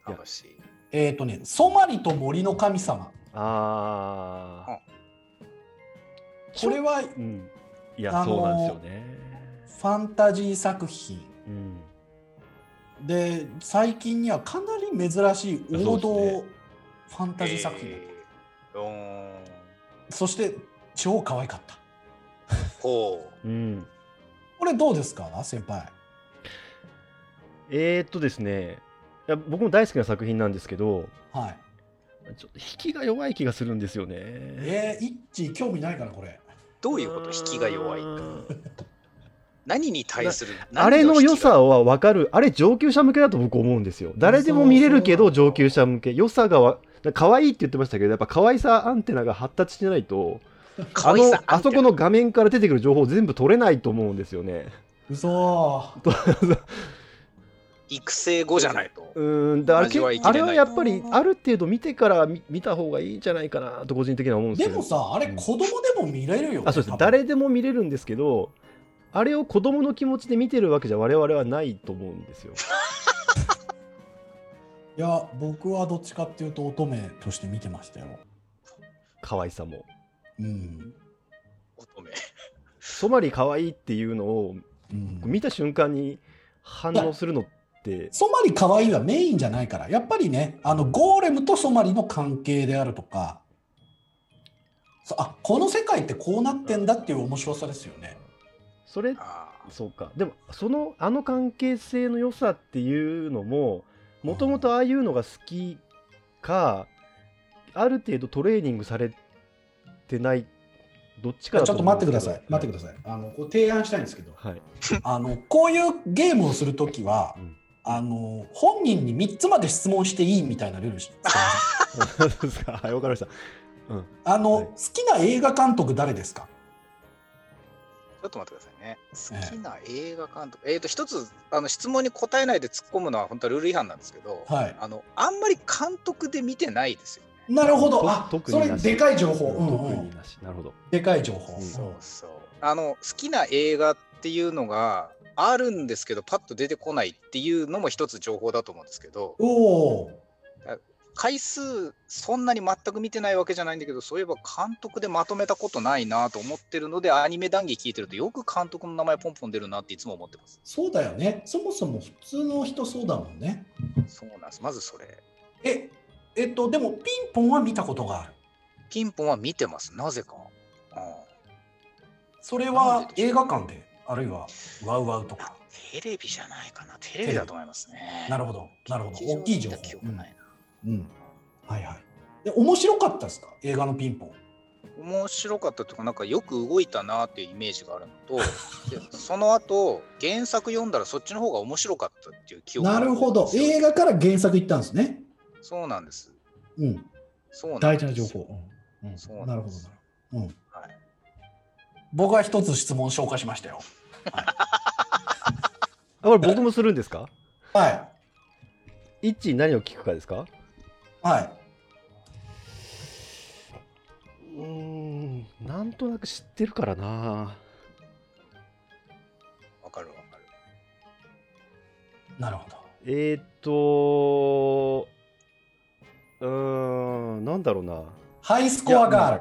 S1: いや
S3: 楽しい
S2: えっ、とね「ソマリと森の神様
S1: ああ、」
S2: これはフ
S1: うん、いや、
S2: あのー
S1: そうなんですよね。
S2: ァンタジー作品
S1: うん、
S2: で最近にはかなり珍しい王
S1: そうです
S2: 道ファンタジー作品だ、
S3: えーうーん
S2: そして超可愛かった
S3: ほう
S1: うん、
S2: これどうですか先輩
S1: えー、っとですねいや、僕も大好きな作品なんですけど、
S2: はい
S1: ちょっと引きが弱い気がするんですよね。
S2: えー、一致興味ないからこれ
S3: どういうこと引きが弱いって何に対する
S1: あれの良
S3: を
S1: さは分かる、あれ上級者向けだと僕思うんですよ。誰でも見れるけど上級者向け、良さがわ可愛いって言ってましたけど、やっぱ可愛さアンテナが発達してないと、あのあそこの画面から出てくる情報全部取れないと思うんですよね。
S2: 嘘
S3: 育成後じゃないと
S1: うーんだから
S3: 味わいきれ
S1: あ
S3: ない
S1: れはやっぱりある程度見てから見見た方がいいんじゃないかなと個人的には思うんです
S2: で
S1: よね
S2: もさあれ
S1: うん
S2: 子供でも見れるよね、
S1: あそうです
S2: 多分
S1: 誰でも見れるんですけどあれを子供の気持ちで見てるわけじゃ我々はないと思うんですよ。
S2: いや僕はどっちかっていうと乙女として見てましたよ
S1: 可愛さも。
S2: うん、
S3: 乙女
S1: ソマリ可愛いっていうのを
S2: うん
S1: 見た瞬間に反応するのって
S2: ソマリ可愛いはメインじゃないから、やっぱりね、あのゴーレムとソマリの関係であるとか、そうあこの世界ってこうなってんだっていう面白さですよね。
S1: それ
S3: ああ
S1: そうかでもそのあの関係性の良さっていうのももともとああいうのが好きかある程度トレーニングされてないどっち
S2: ち
S1: か
S2: ょっ
S1: だ
S2: と待ってください、待って
S1: だ
S2: ください。あのこう提案したいんですけど、
S1: さい、 *laughs* はい、
S2: あのこういうゲームをするときは、
S1: うん
S2: あの本人に3つまで質問していいみたいなルールしてます。
S1: そうですかはいわかりました
S2: あの、
S1: はい
S2: 好きな映画監督誰ですか
S3: ちょっと待ってくださいね。好きな映画監督、えっ、と、一つ、あの質問に答えないで突っ込むのは本当はルール違反なんですけど、
S2: はい。
S3: あの、あんまり監督で見てないですよね。
S2: なるほど。
S1: と
S2: あ、
S1: 特
S2: そ
S1: に
S2: れ
S1: なし
S2: でかい情
S1: う
S2: 報。うんんうん
S1: 特になしなるほど
S2: でかい情報。
S1: うん
S3: そうそう。あの、好きな映画っていうのがあるんですけど、パッと出てこないっていうのも一つ情報だと思うんですけど、
S2: おお。
S3: 回数、そんなに全く見てないわけじゃないんだけど、そういえば監督でまとめたことないなと思ってるので、アニメ談義聞いてると、よく監督の名前ポンポン出るなっていつも思ってます。
S2: そうだよね。そもそも普通の人そうだもんね。
S3: そうなんです。まずそれ。
S2: え、えっと、でもピンポンは見たことがある。
S3: ピンポンは見てます。なぜか。うん
S2: それ
S3: なん
S2: は
S3: でで
S2: 映
S3: しょ
S2: 画館で、あるいはワウワウとか。
S3: テレビじゃないかな。テレビだと思いますね。
S2: な
S3: る
S2: るほど、なるほど。大きい情報。
S3: 記憶ないな。
S2: うん。はいはい。で、面白かったですか映画のピンポン。
S3: 面白かったというかなんかよく動いたなっていうイメージがあるの
S2: *laughs*
S3: とでその後原作読んだらそっちの方が面白かったっていう記憶が
S2: な
S3: あ
S2: る
S3: ん
S2: ほ
S3: で
S2: ど。
S3: すよ
S2: 映画から原作行ったんですね。
S3: そうなんです
S2: うん。
S3: そうなんです
S2: 大事な情報。うんうん
S3: そう
S2: な
S3: な
S2: る
S3: ん
S2: ほ
S3: で
S2: ど
S3: す
S2: なるほど。うん
S3: はい
S2: 僕は一つ質問消化しましたよ。
S1: あこれ僕もするんですか
S2: はい。
S1: イッチに何を聞くかですか
S2: はい。
S1: うーんなんとなく知ってるからな
S3: わかるわかる
S2: なるほど。
S1: えー、っとうーんなんだろうな
S2: ハイスコアガール。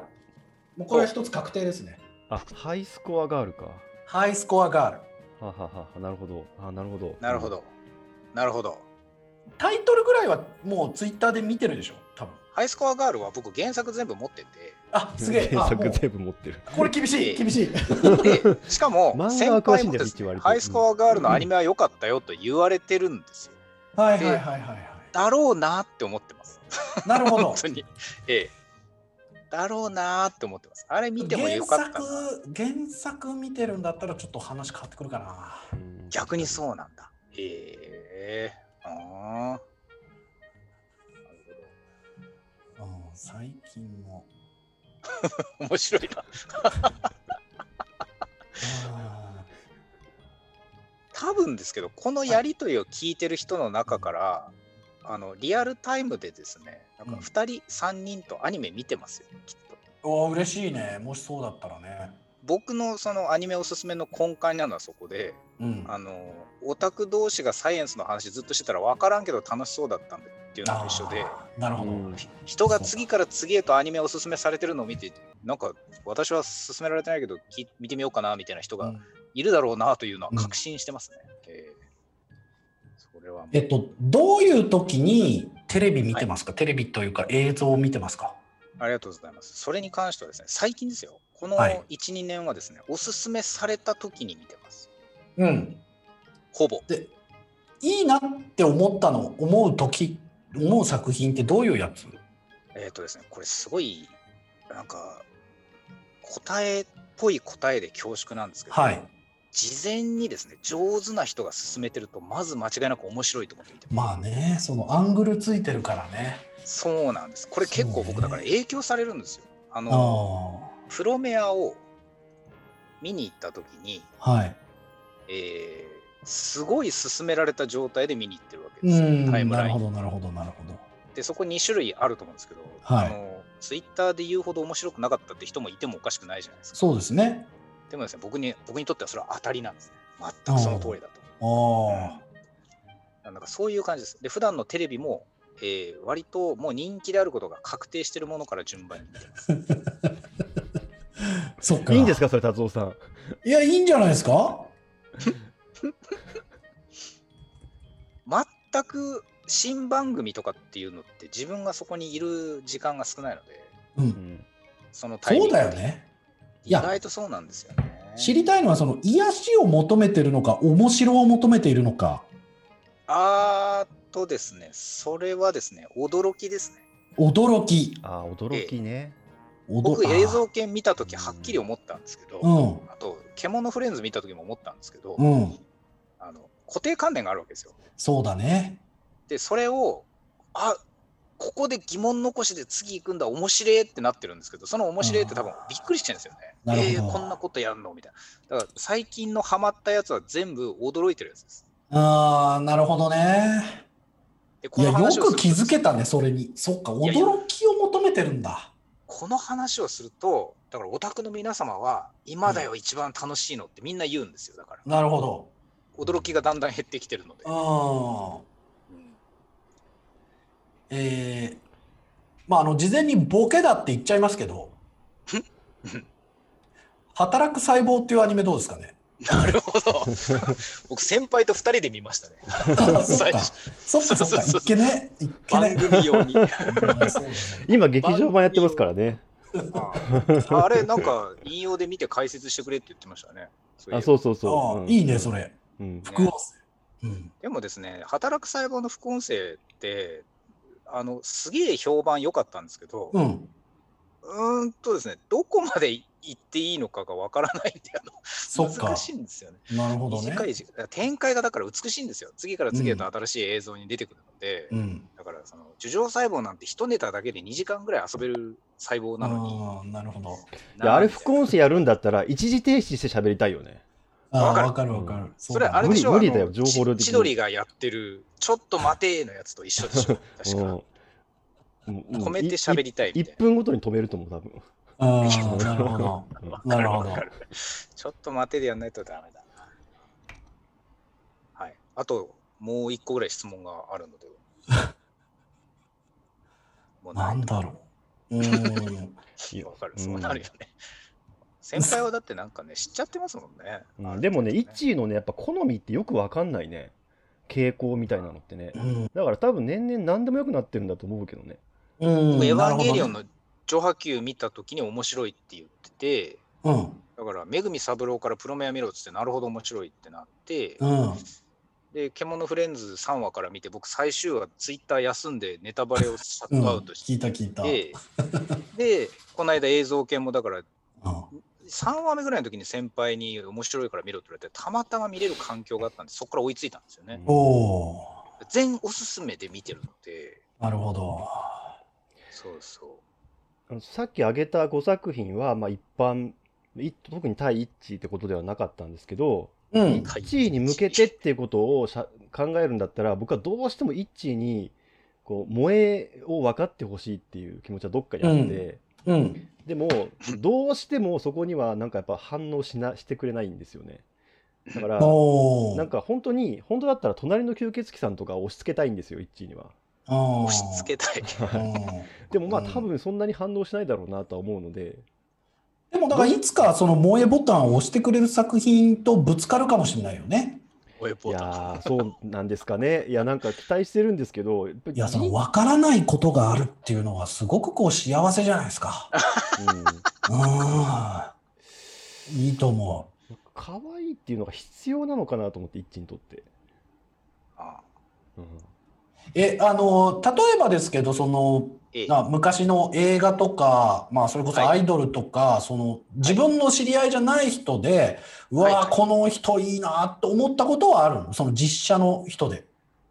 S2: もうこれは一つ確定ですね。
S1: あハイスコアガールかは
S2: ハイスコアガール。
S1: あはあはあなるほどあなるほど
S3: なるほど、なるほど
S2: タイトルぐらいはもうツイッターで見てるでしょ、多分
S3: ハイスコアガールは僕原作全部持って
S2: *laughs*
S3: て
S2: あすげえ。
S1: 原
S2: あも
S1: 作
S2: う
S1: 全部持ってる
S2: これ厳しい、厳しい。
S3: でしかも
S1: 漫
S3: 先
S1: 画は詳し
S3: 輩
S1: いん
S3: も
S1: だよ
S3: で
S1: 一
S3: す、
S1: 応割
S3: ね、
S1: と
S3: ハイスコアガールのアニメは良かったよと言われてるんですよ、
S2: はいはいはいはいは
S3: だろうなって思ってます
S2: い。なるほ
S3: *laughs*
S2: ど
S3: 本。当にええだろうなって思ってますあれ見ても
S2: 原
S3: よかった
S2: 作
S3: な
S2: 原作見てるんだったらちょっと話変わってくるかな。
S1: うん
S3: *laughs* 逆にそうなんだへえあ
S2: うん、最近も。
S3: あ面白いな
S2: あ
S3: 多分ですけどこのやりとりを聞いてる人の中からあのリアルタイムでですねなんか2人、三3人とアニメ見てますよきっと
S2: ーおー嬉しいね。もしそうだったらね。
S3: 僕のそのアニメおすすめの根幹なのはそこで
S2: うん。
S3: あのオタク同士がサイエンスの話ずっとしてたら分からんけど楽しそうだったんでっていうのと一緒で
S2: あーなるほど。
S1: うん
S3: 人が次から次へとアニメをおすすめされてるのを見てなんか私は勧められてないけどき見てみようかなみたいな人
S2: う
S3: が
S2: ん
S3: いるだろうなというのは確信してますね。えーそれはもう
S2: えっと、どういう時にテレビ見てますか、テレビというか映像を見てますか
S3: ありがとうございます。それに関してはですね、最近ですよ、この1、
S2: はい
S3: 2年はですね、おすすめされた時に見てます。
S2: うん。
S3: ほぼ。
S2: で、いいなって思ったの、思う時、思う作品ってどういうやつ
S3: えっ、とですね、これすごい、なんか、答えっぽい答えで恐縮なんですけど、
S2: はい。
S3: 事前にですね、上手な人が勧めてると、まず間違いなく面白いと思って見てま
S2: まあ
S3: す。
S2: ね、そのアングルついてるからね。
S3: そうなんです。これ結構僕だから影響されるんですよ。あ
S2: あ
S3: の、
S2: あ
S3: プロメアを見に行った時に、
S2: ー。はい。
S3: えーすごい勧められた状態で見に行ってるわけ
S2: う
S3: ですよ
S2: ん、
S3: タイム
S2: な
S3: ラ
S2: る
S3: イ
S2: ほ
S3: ン
S2: ど、なるほど、なるほど。
S3: でそこ2種類あると思うんですけど、
S2: はい
S3: あのツイッターで言うほど面白くなかったって人もいてもおかしくないじゃないですか
S2: そうですね。
S3: でもですね僕に僕にとってはそれは当たりなんですね全くその通りだと
S2: ああ。
S3: なんかそういう感じですで普段のテレビも、えー割ともう人気であることが確定してるものから順番に見てます
S2: そっか。
S1: いいんです
S2: か
S1: かそれ達夫さん
S2: いや、いいんじゃないですか
S3: 全く新番組とかっていうのって自分がそこにいる時間が少ないので
S2: う。
S1: うんん
S3: そのタイ
S2: そ
S3: ミン
S2: う
S3: グ
S2: だよ
S3: で
S2: ね。い
S3: 意
S2: や
S3: 外とそうなんですよね
S2: 知りたいのは、その癒しを求めてるのか、面白を求めているのか。
S3: あーっとですね、それはですね、驚きですね。
S2: 驚き。
S1: あー驚きね
S2: 驚
S3: 僕、
S2: あー
S3: 映像系見たときはっきり思ったんですけど、
S2: うん。
S3: あと、獣フレンズ見たときも思ったんですけど、
S2: うん。
S3: あの固定観念があるわけですよ。
S2: そうだね。
S3: で、それを、あここで疑問残しで次行くんだ、面白いってなってるんですけど、その面白いって多分びっくりしちゃうんですよ
S2: なるほ
S3: ね。え
S2: ど
S3: ー、こんなことやんのみたいな。だから、最近のハマったやつは全部驚いてるやつです。
S2: ああ、なるほどね。
S3: で
S2: いや、よ
S3: 話をす
S2: く
S3: ると
S2: 気づけたね、それに。そっか、
S3: いやいや
S2: 驚きを求めてるんだ。
S3: この話をすると、だからオタクの皆様は、今だよ一番楽しいのってみんな言うんですよ、だから。
S2: なるほど。
S3: 驚きがだんだん減ってきてるので。
S2: うん。
S3: うん
S2: えー、まあ、あの、事前にボケだって言っちゃいますけど
S3: んうん、
S2: 働く細胞っていうアニメどうですかね。
S3: なるほど。僕、先輩と2人で見ましたね。
S2: あそっ
S3: *laughs* 最
S2: か、
S3: 初
S2: そっか、そっか、いっけね、いっけ
S3: 番
S2: ね。
S3: 組用に。
S2: うんそうですね
S1: 今劇場版やってますからね
S3: *laughs* あれ、なんか、引用で見て解説してくれって言ってましたね。。
S1: あそううそうそう、
S2: あ
S1: う
S2: あ
S1: ん
S2: いいね、それ。
S1: うん
S2: 副音声。うん。
S3: でもですね、働く細胞の副音声って、あのすげえ評判良かったんですけど、
S2: うん。
S3: うーんとですね、どこまでい行っていいのかがわからないんで、あ
S2: そ
S3: の
S2: っか
S3: 難しいんですよね。
S2: なるほどね
S3: 短。い時間展開がだから美しいんですよ。次から次へと新しい映像に出てくるので、
S2: うん。
S3: だからその樹状細胞なんて一ネタだけで2時間ぐらい遊べる細胞なのに。
S2: あーなるほど。
S1: いやあれ
S3: 不
S1: 副音声やるんだったら一時停止して喋りたいよね
S2: あーわ
S3: わ
S2: か
S3: か
S2: る
S1: る
S2: わかる。
S3: それあれ
S1: 無
S3: で
S1: 理
S3: しょ
S1: 無理だよ
S3: あの
S1: 情報量的に
S3: ち千鳥がやってる、ちょっと待てーのやつと一緒で
S1: *laughs*
S3: しょ。確か。
S1: うんもうも
S3: 止
S1: う
S3: めて
S1: い
S3: 喋りたいみたい
S1: 1分ごとに止めると思う多分
S2: あーなるほ
S3: *laughs*
S2: ど。
S3: な。
S2: なるほど
S3: わかるわかるちょっと待てでやんないとダメだな。はい。あと、もう一個ぐらい質問があるので。
S1: *laughs*
S3: もう
S2: なん
S3: い
S2: だろう。うーん。
S1: いや
S3: わかる。
S1: うん
S3: そうなるよね。先輩はだってなんかね、知っちゃってますもんね。
S1: うんでもね、
S3: 一
S1: 1位のね、やっぱ好みってよくわかんないね、傾向みたいなのってね
S2: う。ん
S1: だから多分年々何でもよくなってるんだと思うけどね。
S2: うん。
S3: エヴァンゲリオン
S2: なる
S3: の上波球見たときに面白いって言ってて、
S2: ほどね
S3: だから、めぐみ三郎からプロメア見ろっつって、なるほど面白いってなって、
S2: うん。うん。
S3: で、獣フレンズ3話から見て、僕、最終話、ツイッター休んで、ネタバレをシャ
S2: う
S3: ッ
S2: ん
S3: トアウトして
S2: 聞いた聞いた。
S3: で *laughs* でこの間映像系もだから
S2: うん
S3: 3話目ぐらいの時に先輩に面白いから見ろって言われてたまたま見れる環境があったんでそこから追いついたんですよね
S1: うん
S2: おお
S3: 全おすすめで見てるので
S2: ー。なるほど。
S3: そうそ
S1: あのさっき挙げた5作品は、まあ一般、い特に対一致ってことではなかったんですけど、
S2: うん。
S3: 対一致
S1: 1位に向けてっていうことをしゃ考えるんだったら、僕はどうしても1位に、こう、萌えを分かってほしいっていう気持ちはどっかにあって、
S2: うん。
S1: でも、どうしてもそこにはなんかやっぱ反応しなしてくれないんですよね。だから、
S2: おお。
S1: なんか本当に、本当だったら隣の吸血鬼さんとか押し付けたいんですよ、一位には。
S3: う
S2: 押
S3: 押し付けたい
S1: でもまあ、
S2: うん
S1: 多分そんなに反応しないだろうなとは思うので、
S2: でもだからいつかその萌えボタンを押してくれる作品とぶつかるかもしれないよね。
S3: おえ
S1: い
S3: ぽ
S1: や
S3: た
S1: ー、そうなんですかね。いや、なんか期待してるんですけど、やっぱり
S2: いやその分からないことがあるっていうのはすごくこう幸せじゃないですか。
S1: うん
S2: うん。いいと思
S1: 可愛いっていうのが必要なのかなと思って、一位にとって。
S3: あ
S1: うん
S2: う。えあの例えばですけどその
S3: ええ
S2: な昔の映画とか、まあ、それこそアイドルとか、その自分の知り合いじゃない人で、うわー、
S3: はい
S2: この人いいなと思ったことはあるのその実写の人で。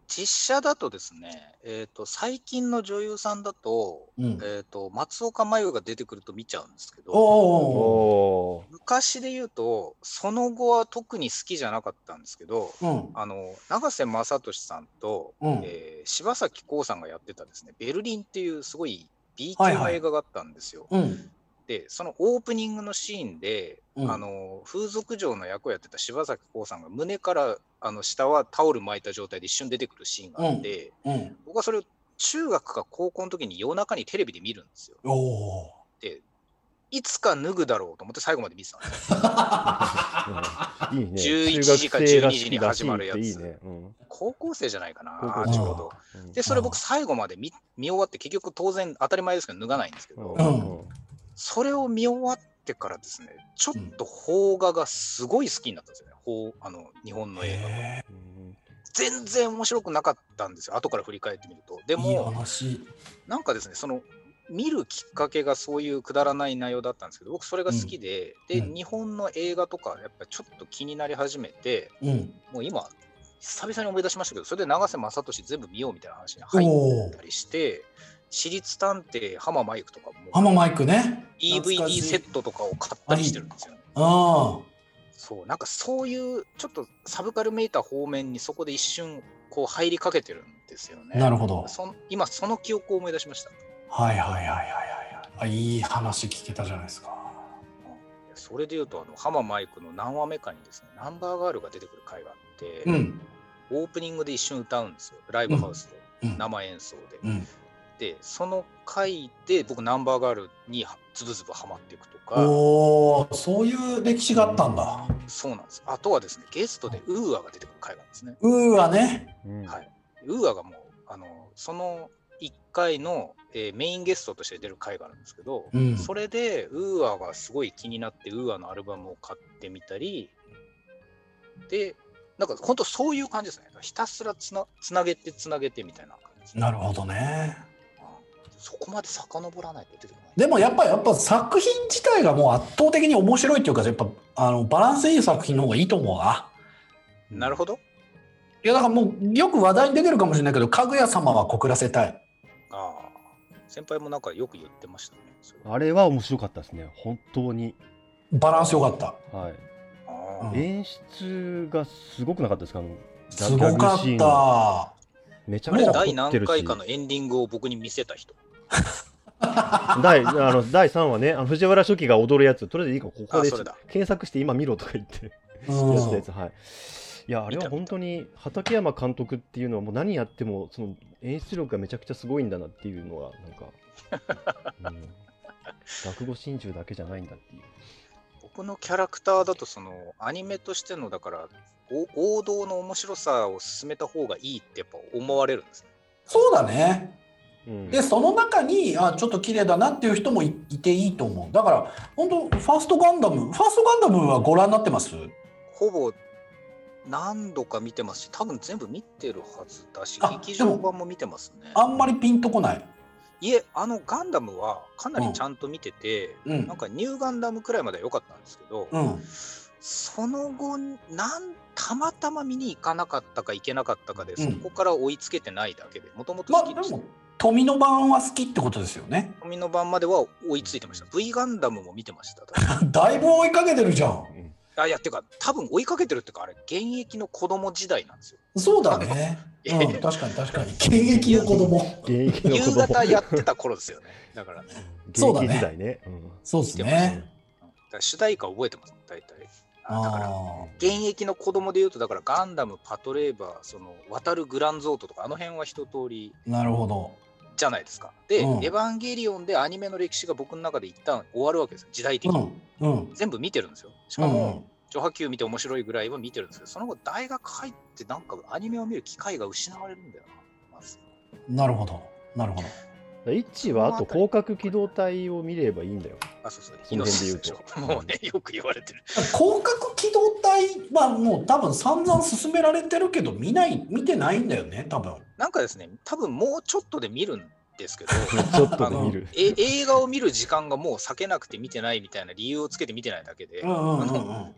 S3: 実写だとですねえっ、と最近の女優さんだと,、
S2: うん、
S3: えっと松岡真優が出てくると見ちゃうんですけど
S2: おーお
S1: おー
S3: 昔で言うとその後は特に好きじゃなかったんですけど
S2: ーおー
S3: あの永瀬正敏さんと、
S2: うんうん
S3: えー柴咲コウさんがやってたですね「ベルリン」っていうすごい B 級
S2: はいは
S3: の
S2: い
S3: 映画があったんですよ。
S2: うん
S3: でそのオープニングのシーンで、
S2: うん
S3: あの風俗嬢の役をやってた柴咲コウさんが胸からあの下はタオル巻いた状態で一瞬出てくるシーンがあって、
S2: うん
S3: 僕はそれを中学か高校の時に夜中にテレビで見るんですよ。
S2: おー
S3: でいつか脱ぐだろうと思って最後まで見てたんですよ
S1: *laughs* いいね。
S3: 11時か
S1: 中学生ら
S3: 12
S1: し
S3: 時
S1: い
S3: に始まるやつ
S1: らしいっていいね。うん *laughs*
S3: 高校生じゃないか
S1: 高校
S3: な
S1: 生
S3: ちょうど。
S1: うん
S3: でそれ僕最後まで見見終わって結局当然当たり前ですけど脱がないんですけど、
S1: うん
S2: う
S3: それを見終わってからですねちょっと邦画がすごい好きになったんですよね邦あの日本の映
S2: *laughs*
S3: 画
S2: え
S1: うん
S3: 全然面白くなかったんですよ後から振り返ってみるとで
S2: ー、いい
S3: も
S2: 話。
S3: なんかですねその見るきっかけがそういうくだらない内容だったんですけど僕それが好きで、
S2: うんうん
S3: で日本の映画とかやっぱちょっと気になり始めて
S2: うん、
S3: もう今久々に思い出しましたけどそれで永瀬正敏全部見ようみたいな話に入って
S2: おー
S3: たりして、私立探偵浜マイクとかも
S2: 浜マイクね。懐か
S3: DVD
S2: しい
S3: セットとかを買ったりしてるんですよね。
S2: あ
S3: そうなんかそういうちょっとサブカルめいた方面にそこで一瞬こう入りかけてるんですよ
S2: あ、
S3: ね。
S2: なるほど。
S3: そん今その記憶を思い出しました。い
S2: はいはいはいはいはいはい。あいい話聞けたじゃないですか。
S3: やそれでいうとあの浜マイクの何話目かにですねナンバーガールが出てくる回があって、
S2: うん。
S3: オープニングで一瞬歌うんですよライブハウスで、
S2: うん。
S3: 生演奏で。
S2: うん、
S3: でその回で僕ナンバーガールにはズブズブハマっていくとか。
S2: おお、そういう歴史があったんだ。
S3: そうなんです。あとはですね、ゲストでウーアが出てくる回なんですね。
S2: うーわね。
S1: うん
S3: はいウーアがもう、あのその1回の、えーメインゲストとして出る回があるんですけど、
S2: うん。
S3: それでウーアがすごい気になって、ウーアのアルバムを買ってみたり、で、なんか本当そういう感じですね。ひたすらつなつなげてつなげてみたいな感じですね。
S2: なるほどね。
S3: うんそこまで遡らないと出てこない。
S2: でもやっぱりやっぱ作品自体がもう圧倒的に面白いっていうかやっぱあのバランスいい作品の方がいいと思うな。
S3: なるほど。
S2: いやだからもうよく話題に出てるかもしれないけど「かぐや様は告らせたい
S3: ああ。先輩もなんかよく言ってましたね。それ
S1: あれは面白かったですね、本当に。」
S2: バランス良かった
S1: はい、
S3: あ
S2: うん
S3: あ
S1: 演出がすごくなかったですかあの
S2: すごか
S1: ギャグシーン
S2: った
S1: めちゃ
S3: あ
S1: めち
S3: れ
S1: ゃ
S3: 第
S1: 凝って
S3: 何
S1: るし
S3: 回かのエンディングを僕に見せた人。
S1: *laughs* 第あの第3話ねあの藤原初期が踊るやつとりあえずいいかここ
S3: あ
S1: で
S3: それだ
S1: 検索して今見ろとか言って
S2: うん
S1: やってたやつはいいやあれは本当に畠山監督っていうのはもう何やってもその演出力がめちゃくちゃすごいんだなっていうのはなんか、うん、落語真珠だけじゃないんだっていう
S3: 僕のキャラクターだとそのアニメとしてのだからお王道の面白さを進めた方がいいってやっぱ思われるんですね。
S2: そうだね
S1: うん
S2: でその中にあちょっと綺麗だなっていう人もいいていいと思うだから本当ファーストガンダムファーストガンダムはご覧になってます
S3: ほぼ何度か見てますし多分全部見てるはずだし
S2: あ
S3: 劇場版も見てますね。
S2: あんまりピンとこない
S3: いえあのガンダムはかなりちゃんと見てて、
S2: うん
S3: なんかニューガンダムくらいまでは良かったんですけど、
S2: うん
S3: その後なんたまたま見に行かなかったか行けなかったかで、
S2: うん
S3: そこから追いつけてないだけでもともと
S2: まあ
S3: 好
S2: で
S3: きでした。
S2: も富の版は好きってことですよね *laughs*
S3: 富の版までは追いついてました。V ガンダムも見てました。
S2: だいぶ追いかけてるじゃん
S1: うん
S3: あいや、てか、多分追いかけてるってか、あれ、現役の子供時代なんですよ。
S2: そうだ *laughs* ね
S3: いや
S2: うん確かに確かに現役の子供
S1: 現役の
S3: 夕
S1: 子供
S3: 方やってた頃ですよね。だから、だか
S2: そうだ
S1: 現役
S2: ね
S1: 時代ねうん
S2: そうですね
S3: ら主題歌覚えてますもん、大体。あだから、
S2: あー
S3: 現役の子供で言うと、だから、ガンダム、パトレーバー、その、渡るグランゾートとか、あの辺は一通り
S2: なるほど
S3: じゃないですか。で、
S2: うん
S3: エヴァンゲリオンでアニメの歴史が僕の中で一旦終わるわけですよ、時代的
S2: う
S3: に。
S2: んうん
S3: 全部見てるんですよ。し
S2: う
S3: かも、
S2: ん
S3: ジョハ Q 見て面白いぐらいは見てるんですけど、その後大学入ってなんかアニメを見る機会が失われるんだよな。まず
S2: なるほどなるほど
S1: 1はあと広角機動隊を見ればいいんだよ
S3: あ、そうそう、
S1: そ
S3: イ
S1: の辺
S3: ノシ
S1: で言う
S3: スで
S1: と、
S3: しょ。 *laughs* もうね、よく言われてる。
S2: 広角機動隊はもう多分散々勧められてるけど見ない見てないんだよね多分
S3: なんかですね、多分もうちょっとで見るんですけど
S1: ちょっとで見る
S3: あのえ映画を見る時間がもう避けなくて見てないみたいな理由をつけて見てないだけで、
S2: うんうんうんうん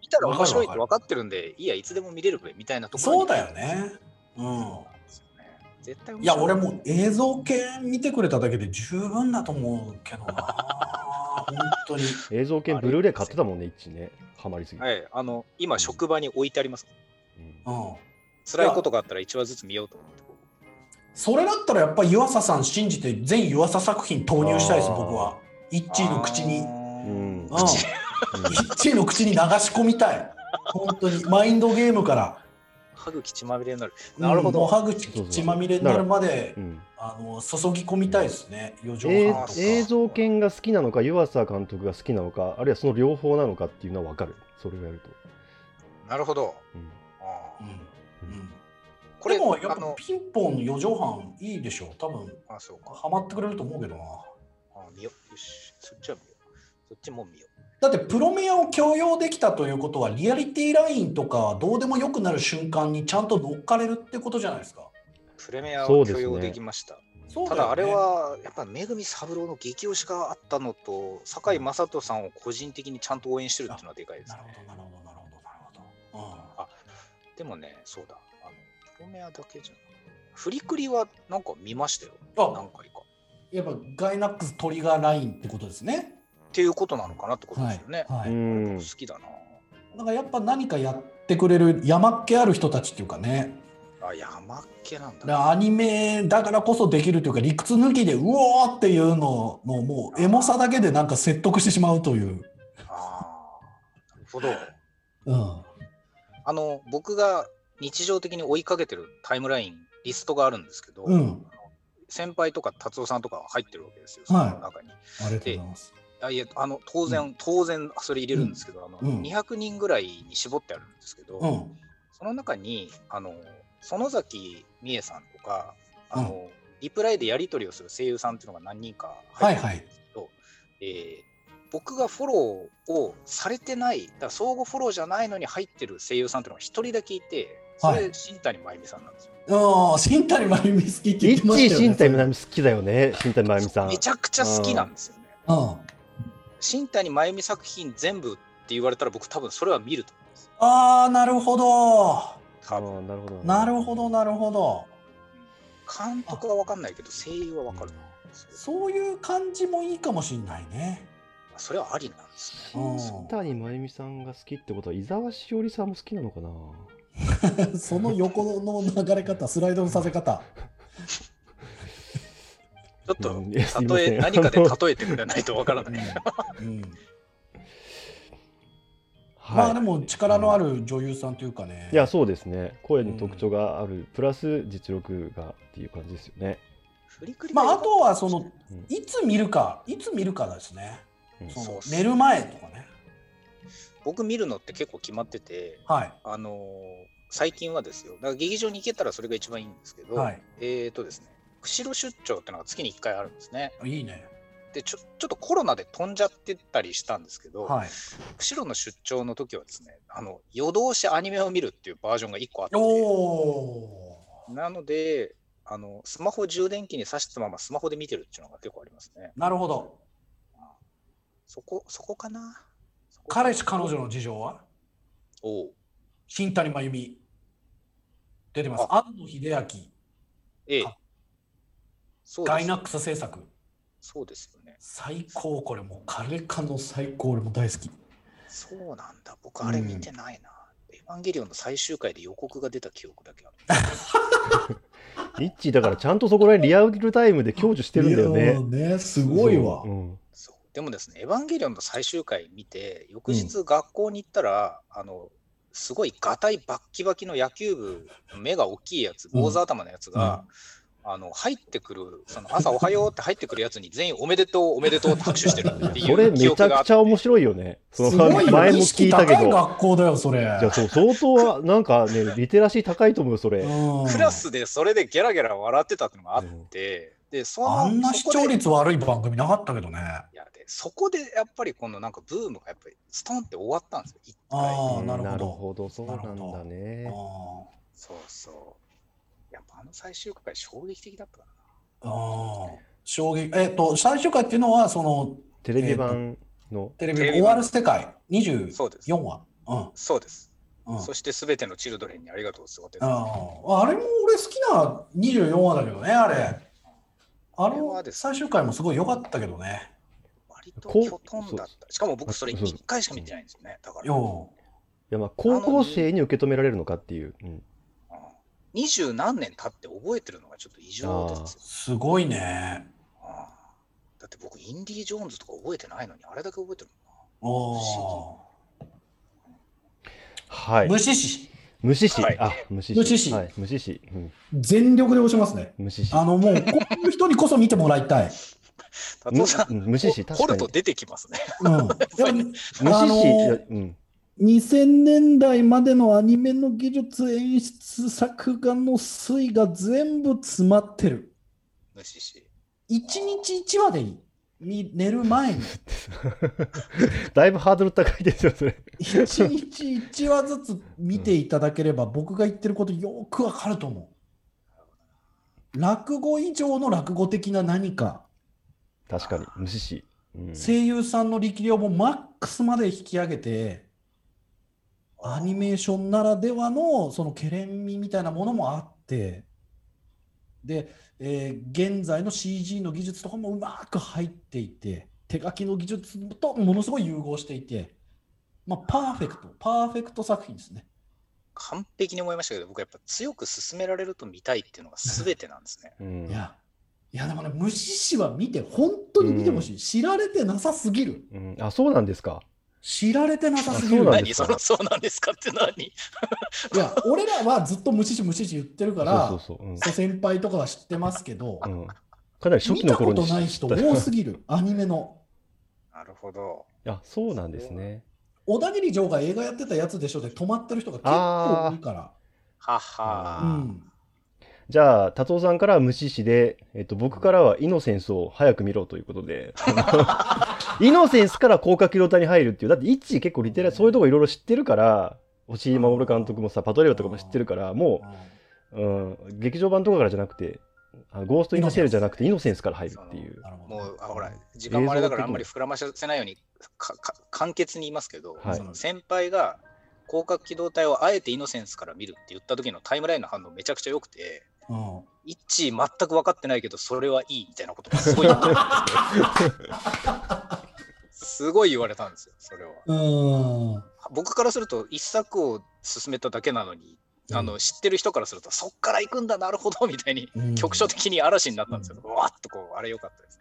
S3: 見たら面白い
S2: わ
S3: って
S2: かるわ
S3: 分
S2: か
S3: かってるんで、いや、いつでも見れるくらいみたいなと
S2: る
S3: ころに
S2: そうだよねうん
S3: そうなんですよね絶対面
S2: いや
S3: 白
S2: 俺もう映像系見てくれただけで十分だと思うけどな本当に
S1: 映像系ブルーレイ買ってたもんね1ねハマりすぎて、
S3: はい、あの、今職場に置いてあります。
S1: うん
S2: うん
S3: 辛いことがあったら1話ずつ見ようと思って。
S2: それだったらやっぱ湯浅さん信じて全湯浅作品投入したいです
S1: あー
S2: 僕は一ーの口に
S3: あ
S1: うん
S2: う
S3: ー
S2: ん
S3: 口
S2: 一ーの口に流し込みたい本当にマインドゲームから
S3: 歯茎血まみれになる。なるほど
S2: うんもう歯口血まみれになるまで
S1: うん
S2: あの注ぎ込みたいですね、余剰
S1: え
S2: 半とか
S1: ー。映像犬が好きなのか湯浅監督が好きなのかあるいはその両方なのかっていうのは分かるそれをやると、
S3: なるほど。
S1: うん
S3: あ
S2: う
S3: ー
S2: んうん
S3: こ
S2: で
S3: れ、
S2: もや
S3: あ
S2: っぱ
S3: の、
S2: ピンポン余剰半いいでしょう、多分
S3: あ、そうか。
S2: ハマってくれると思うけどな。
S3: あ見よう。よし。そっちは見よう。そっちも見よう。
S2: だってプロメアを強要できたということはリアリティラインとかどうでもよくなる瞬間にちゃんと乗っかれるってことじゃないですか。
S3: プレミア
S1: そう
S3: を
S1: です
S3: 許
S1: ね
S3: 容できました。
S2: そう
S3: た
S2: よ
S3: だ、あれは、やっぱ、めぐみ三郎の激推しがあったのと、堺雅人さんを個人的にちゃんと応援してるっていうのはでかいです
S2: なる
S3: ね。
S2: ほどなるほどなるほどなるほど。うん
S3: でもね、そうだ。あの、プロメアだけじゃなくてフリクリはなんか見ましたよ。
S2: あ
S3: 何回か。
S2: やっぱガイナックストリガーラインってことですね。
S3: っていうことなのかなってことですよね。
S2: は
S1: う
S2: い。はい
S1: ん
S3: 好きだ
S2: だからやっぱ何かやってくれる山っ気ある人たちっていうかね。
S3: な。あ、山っけなんだ
S2: だか。らアニメだからこそできるというか理屈抜きでうおーっていうののもうエモさだけでなんか説得してしまうという、
S3: ああ、なるほど。
S2: うん、
S3: あの、僕が日常的に追いかけてるタイムライン、リストがあるんですけど、
S2: うん
S3: 先輩とか達夫さんとかが入ってるわけですよ、そ
S2: はい
S3: の中に。
S2: ありがとうございます
S3: あいやあの当然、
S2: う
S3: 当然それ入れるんですけど、あの
S2: うん
S3: 200人ぐらいに絞ってあるんですけど、
S2: うん
S3: その中にあの園崎美恵さんとかあの、リプライでやり取りをする声優さんっていうのが何人か入ってるんですけど、えー僕がフォローをされてないだから相互フォローじゃないのに入ってる声優さんっていうのが一人だけいてそれ、新谷真由美さんなんですよ。
S2: ああ、新谷真由美好きって言
S1: 一
S2: ってまし
S1: 位
S2: たよね。
S1: 新谷真由美好きだよね新谷真由美さん
S3: めちゃくちゃ好きなんですよね。
S2: うん。
S3: 新谷真由美作品全部って言われたら僕多分それは見ると思うんです。
S2: ああ、なるほど。
S1: あ
S3: 多分
S1: ーなるほど
S2: なるほど、なるほど。
S3: 監督は分かんないけど声優は分かるな。そ
S2: そういう感じもいいかもしんないね。 *laughs*
S3: それはありなんですね。
S2: うん
S1: 新谷真由美さんが好きってことは伊沢しおりさんも好きなのかな
S2: その横の流れ方、スライドのさせ方。
S3: ちょっ
S1: うんいやすい
S3: と
S1: ません
S3: 例え何かで例えてくれないと分からない。
S2: うんうんま
S1: は
S2: あ
S1: い、
S2: でも力のある女優さんというかね。
S1: いやそうですね声に特徴がある、プラス実力がっていう感じですよね、
S3: 振りくり
S2: まああとはその
S1: うん
S2: いつ見るか、いつ見るかですね。
S1: うん
S2: そ
S3: そう
S2: の
S3: っす
S2: 寝る前とかね。
S3: 僕見るのって結構決まってて、
S2: はい。
S3: あのー最近はですよ、だから劇場に行けたらそれが一番いいんですけど、
S2: はい
S3: えっ、とですね、釧路出張ってのが月に1回あるんですね。
S2: いいね。
S3: でちょ、ちょっとコロナで飛んじゃってたりしたんですけど、
S2: はい。
S3: 釧路の出張の時はですね、あの夜通しアニメを見るっていうバージョンが1個あって、
S2: おお
S3: なので、あのスマホ充電器に挿したままスマホで見てるっていうのが結構ありますね。
S2: ー。なるほど。
S3: そこ、そこかなそこ
S2: 彼氏彼女の事情は
S3: おう
S2: 新谷真由美。出てます。
S3: あ
S2: 安野秀明。
S3: ええ
S2: あ。
S3: そう
S2: ガ
S3: で
S2: イ
S3: す
S2: ナックス制作。
S3: そうですよね。
S2: 最高これもう彼かの最高俺も大好き。
S3: そうなんだ。僕、あれ見てないな。エヴァンゲリオンの最終回で予告が出た記憶だけある。
S1: リッチーだからちゃんとそこら辺リアルタイムで享受してるんだよ
S2: いや
S1: ね
S2: ーねすごいわ
S1: う。ん
S3: そうでもですね、エヴァンゲリオンの最終回見て、翌日学校に行ったら、あの、すごいガタイバッキバキの野球部、目が大きいやつ、坊主頭のやつが、あの入ってくる、その朝おはようって入ってくるやつに全員おめでとう、おめでとうって拍手してるって
S1: *laughs*
S3: い
S1: それ
S3: う
S1: め
S3: 記
S1: ち
S3: 憶
S1: ゃ
S3: があっ
S1: くち
S3: て
S1: ゃ面白いよね
S2: す
S1: その
S2: ごいよ
S1: 前も
S2: 意
S1: 聞
S2: 識
S1: いたけ
S2: 高い
S1: ど
S2: 学校だよそれ。
S1: じゃあそう相当はなんかねリテラシー高いと思うよそれ、
S2: うん
S3: クラスでそれでギャラギャラ笑ってたっていうのがあって、で、その
S2: あんな視
S3: そこで
S2: 聴率悪い番組なかったけどね。
S3: いやでそこでやっぱりこのなんかブームがやっぱりストンって終わったんですよ一
S2: *laughs* あ
S3: 回
S2: ーなるほど
S1: そうなんだ
S2: あ
S1: ね
S3: そうそうやっぱあの最終回衝撃的だったな
S2: ーあー。衝撃えっ、と最終回っていうのはその
S1: テレビ版の、
S2: テレビ
S3: テレビ
S2: 終わる世界二十
S3: そうです
S2: 四話。うん
S3: そうです、
S2: うん。
S3: そしてすべてのチルドレンにありがとうを過ごてた
S2: あああれも俺好きな24話だけどね、あれ。あ
S3: れは
S2: の
S3: ですね
S2: 最終回もすごい良かったけどね。
S3: 割と
S1: こう
S3: きょとんだったしかも僕それ
S1: そう
S3: 一回しか見てないんですよねだから、うん
S2: よ
S1: いやまあ高校生に受け止められるのかっていう、うん
S3: 二十何年経って覚えてるのがちょっと異常ですよ
S2: う、すごいね。
S3: うんだって僕インディ・ージョーンズとか覚えてないのにあれだけ覚えてるもん
S2: お
S3: な不
S2: ー
S1: はい
S2: 無視し、
S1: 無視し、
S3: はい
S1: あ無視し
S2: 無視し
S1: はい、無視し、うん、
S2: 全力で押しますね。
S1: 無視し
S2: あのもう、こういう人にこそ見てもらいたい。
S3: 達夫さん
S1: むうん無視し
S3: 掘
S1: 確かに
S3: 掘ると出てきますね *laughs*
S2: うん、
S1: 無
S2: あ
S1: 視
S2: の
S1: し、いやうん、 *laughs*
S2: 2000年代までのアニメの技術、演出、作画の推移が全部詰まってる。
S3: 無視し
S2: 1日1話でいい。み寝る前に。
S1: だいぶハードル高いですよそれ
S2: 1日1話ずつ見ていただければ、僕が言ってることよくわかると思う。落語以上の落語的な何か、
S1: 確かに無視し、うん、。
S2: 声優さんの力量もマックスまで引き上げて、アニメーションならではのそのケレン味みたいなものもあって、で、えー現在の CG の技術とかもうまく入っていて、手書きの技術とものすごい融合していて、まあ、パーフェクト、パーフェクト作品ですね。
S3: 完璧に思いましたけど、僕やっぱ強く勧められると見たいっていうのが全てなんですね
S1: うん
S2: いや、いやでもね、無視しは見て、本当に見てほしい。知られてなさすぎる。
S1: うん、あそうなんですか
S2: 知られてなさすぎ
S1: あ
S2: る。
S1: そうなんで
S2: い
S3: 何
S1: すか
S3: その *laughs* そうなんですかって何 *laughs*
S2: や、俺らはずっと無視し無視し言ってるから、
S1: そうそうそう、うん
S2: そう先輩とかは知ってますけど、
S1: うん、かなり初
S2: 見
S1: 期の
S2: たこ
S1: 頃に
S2: とない人多すぎる、アニメの。
S3: なるほど。
S1: あそうなんですね
S2: 小田切城が映画やってたやつでしょで止まってる人が結構多いから。
S3: はは、
S1: ー
S2: うん、
S1: じゃあ達夫さんからは無視しで、えっと、僕からはイノセンスを早く見ろということ
S2: *laughs*
S1: でイノセンスから広角機動隊に入るっていうだってイッチ結構リテラそういうとこいろいろ知ってるから星井守監督もさ、パトレーバーとかも知ってるから、もう、うん、劇場版とかからじゃなくて、あのゴースト・イン・ザ・シェルじゃなくて、イノセンスから入るっていう。
S2: なるほど。
S3: もうあほら時間もあれだからあんまり膨らませないようにかか簡潔に言いますけど、
S1: はい
S3: その先輩が広角機動隊をあえてイノセンスから見るって言った時のタイムラインの反応めちゃくちゃ良くて
S2: うん
S3: 一致全く分かってないけどそれはいいみたいなことがすごい言ってるすごい言われたんですよそれは
S2: うーん。
S3: 僕からすると一作を進めただけなのにあの知ってる人からするとそっから行くんだなるほどみたいに
S2: うん、
S3: 局所的に嵐になったんですよ、わーっとこうあれ良かったです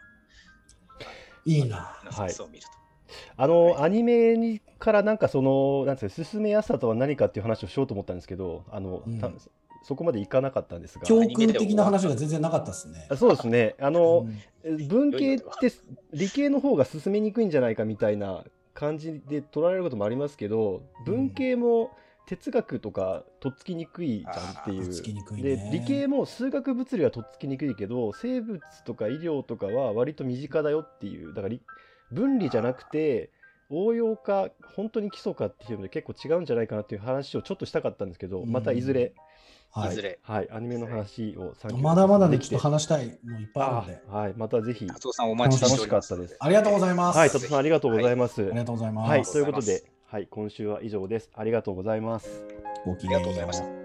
S2: いいな。
S3: イノセンスを見ると。
S1: あの、アニメにからなんかその、なんつうの、進めやすさとは何かっていう話をしようと思ったんですけど、あの、
S2: うん
S1: たそこまでいかなかったんですが。
S2: 教訓的な話が全然なかったですね
S1: あ。そうですね。あの
S2: う、ん
S1: 文系って理系の方が進めにくいんじゃないかみたいな感じで取られることもありますけど文系も哲学とかとっつきにくいじゃんってい
S2: あーとっつきにく
S1: う
S2: い
S1: で
S2: ね
S1: 理系も数学物理はとっつきにくいけど生物とか医療とかは割と身近だよっていうだからり分離じゃなくて応用か本当に基礎かっていうので結構違うんじゃないかなっていう話をちょっとしたかったんですけどまたいずれ、
S2: はい
S3: ず
S2: い。
S3: れ、
S1: はい、アニメの話を参
S2: まだまだね、ちょっと話したいのいっぱいあ
S1: あ
S2: るんで。
S1: ーはい、またぜひ
S3: 達夫さんお待ちしておりま
S1: 楽し
S3: す。
S1: かったです
S2: ありがとうございます。
S1: はい、
S2: あ
S1: とつさんありがとうございます。
S2: りがとうございます。
S1: はい、
S3: ありが
S1: ということ
S3: ござい
S1: で
S3: ま、
S1: はい、今週は以上です。ありがとうございます。
S2: ごき
S3: あ
S2: げ
S3: り
S2: んよう
S3: がとうございました。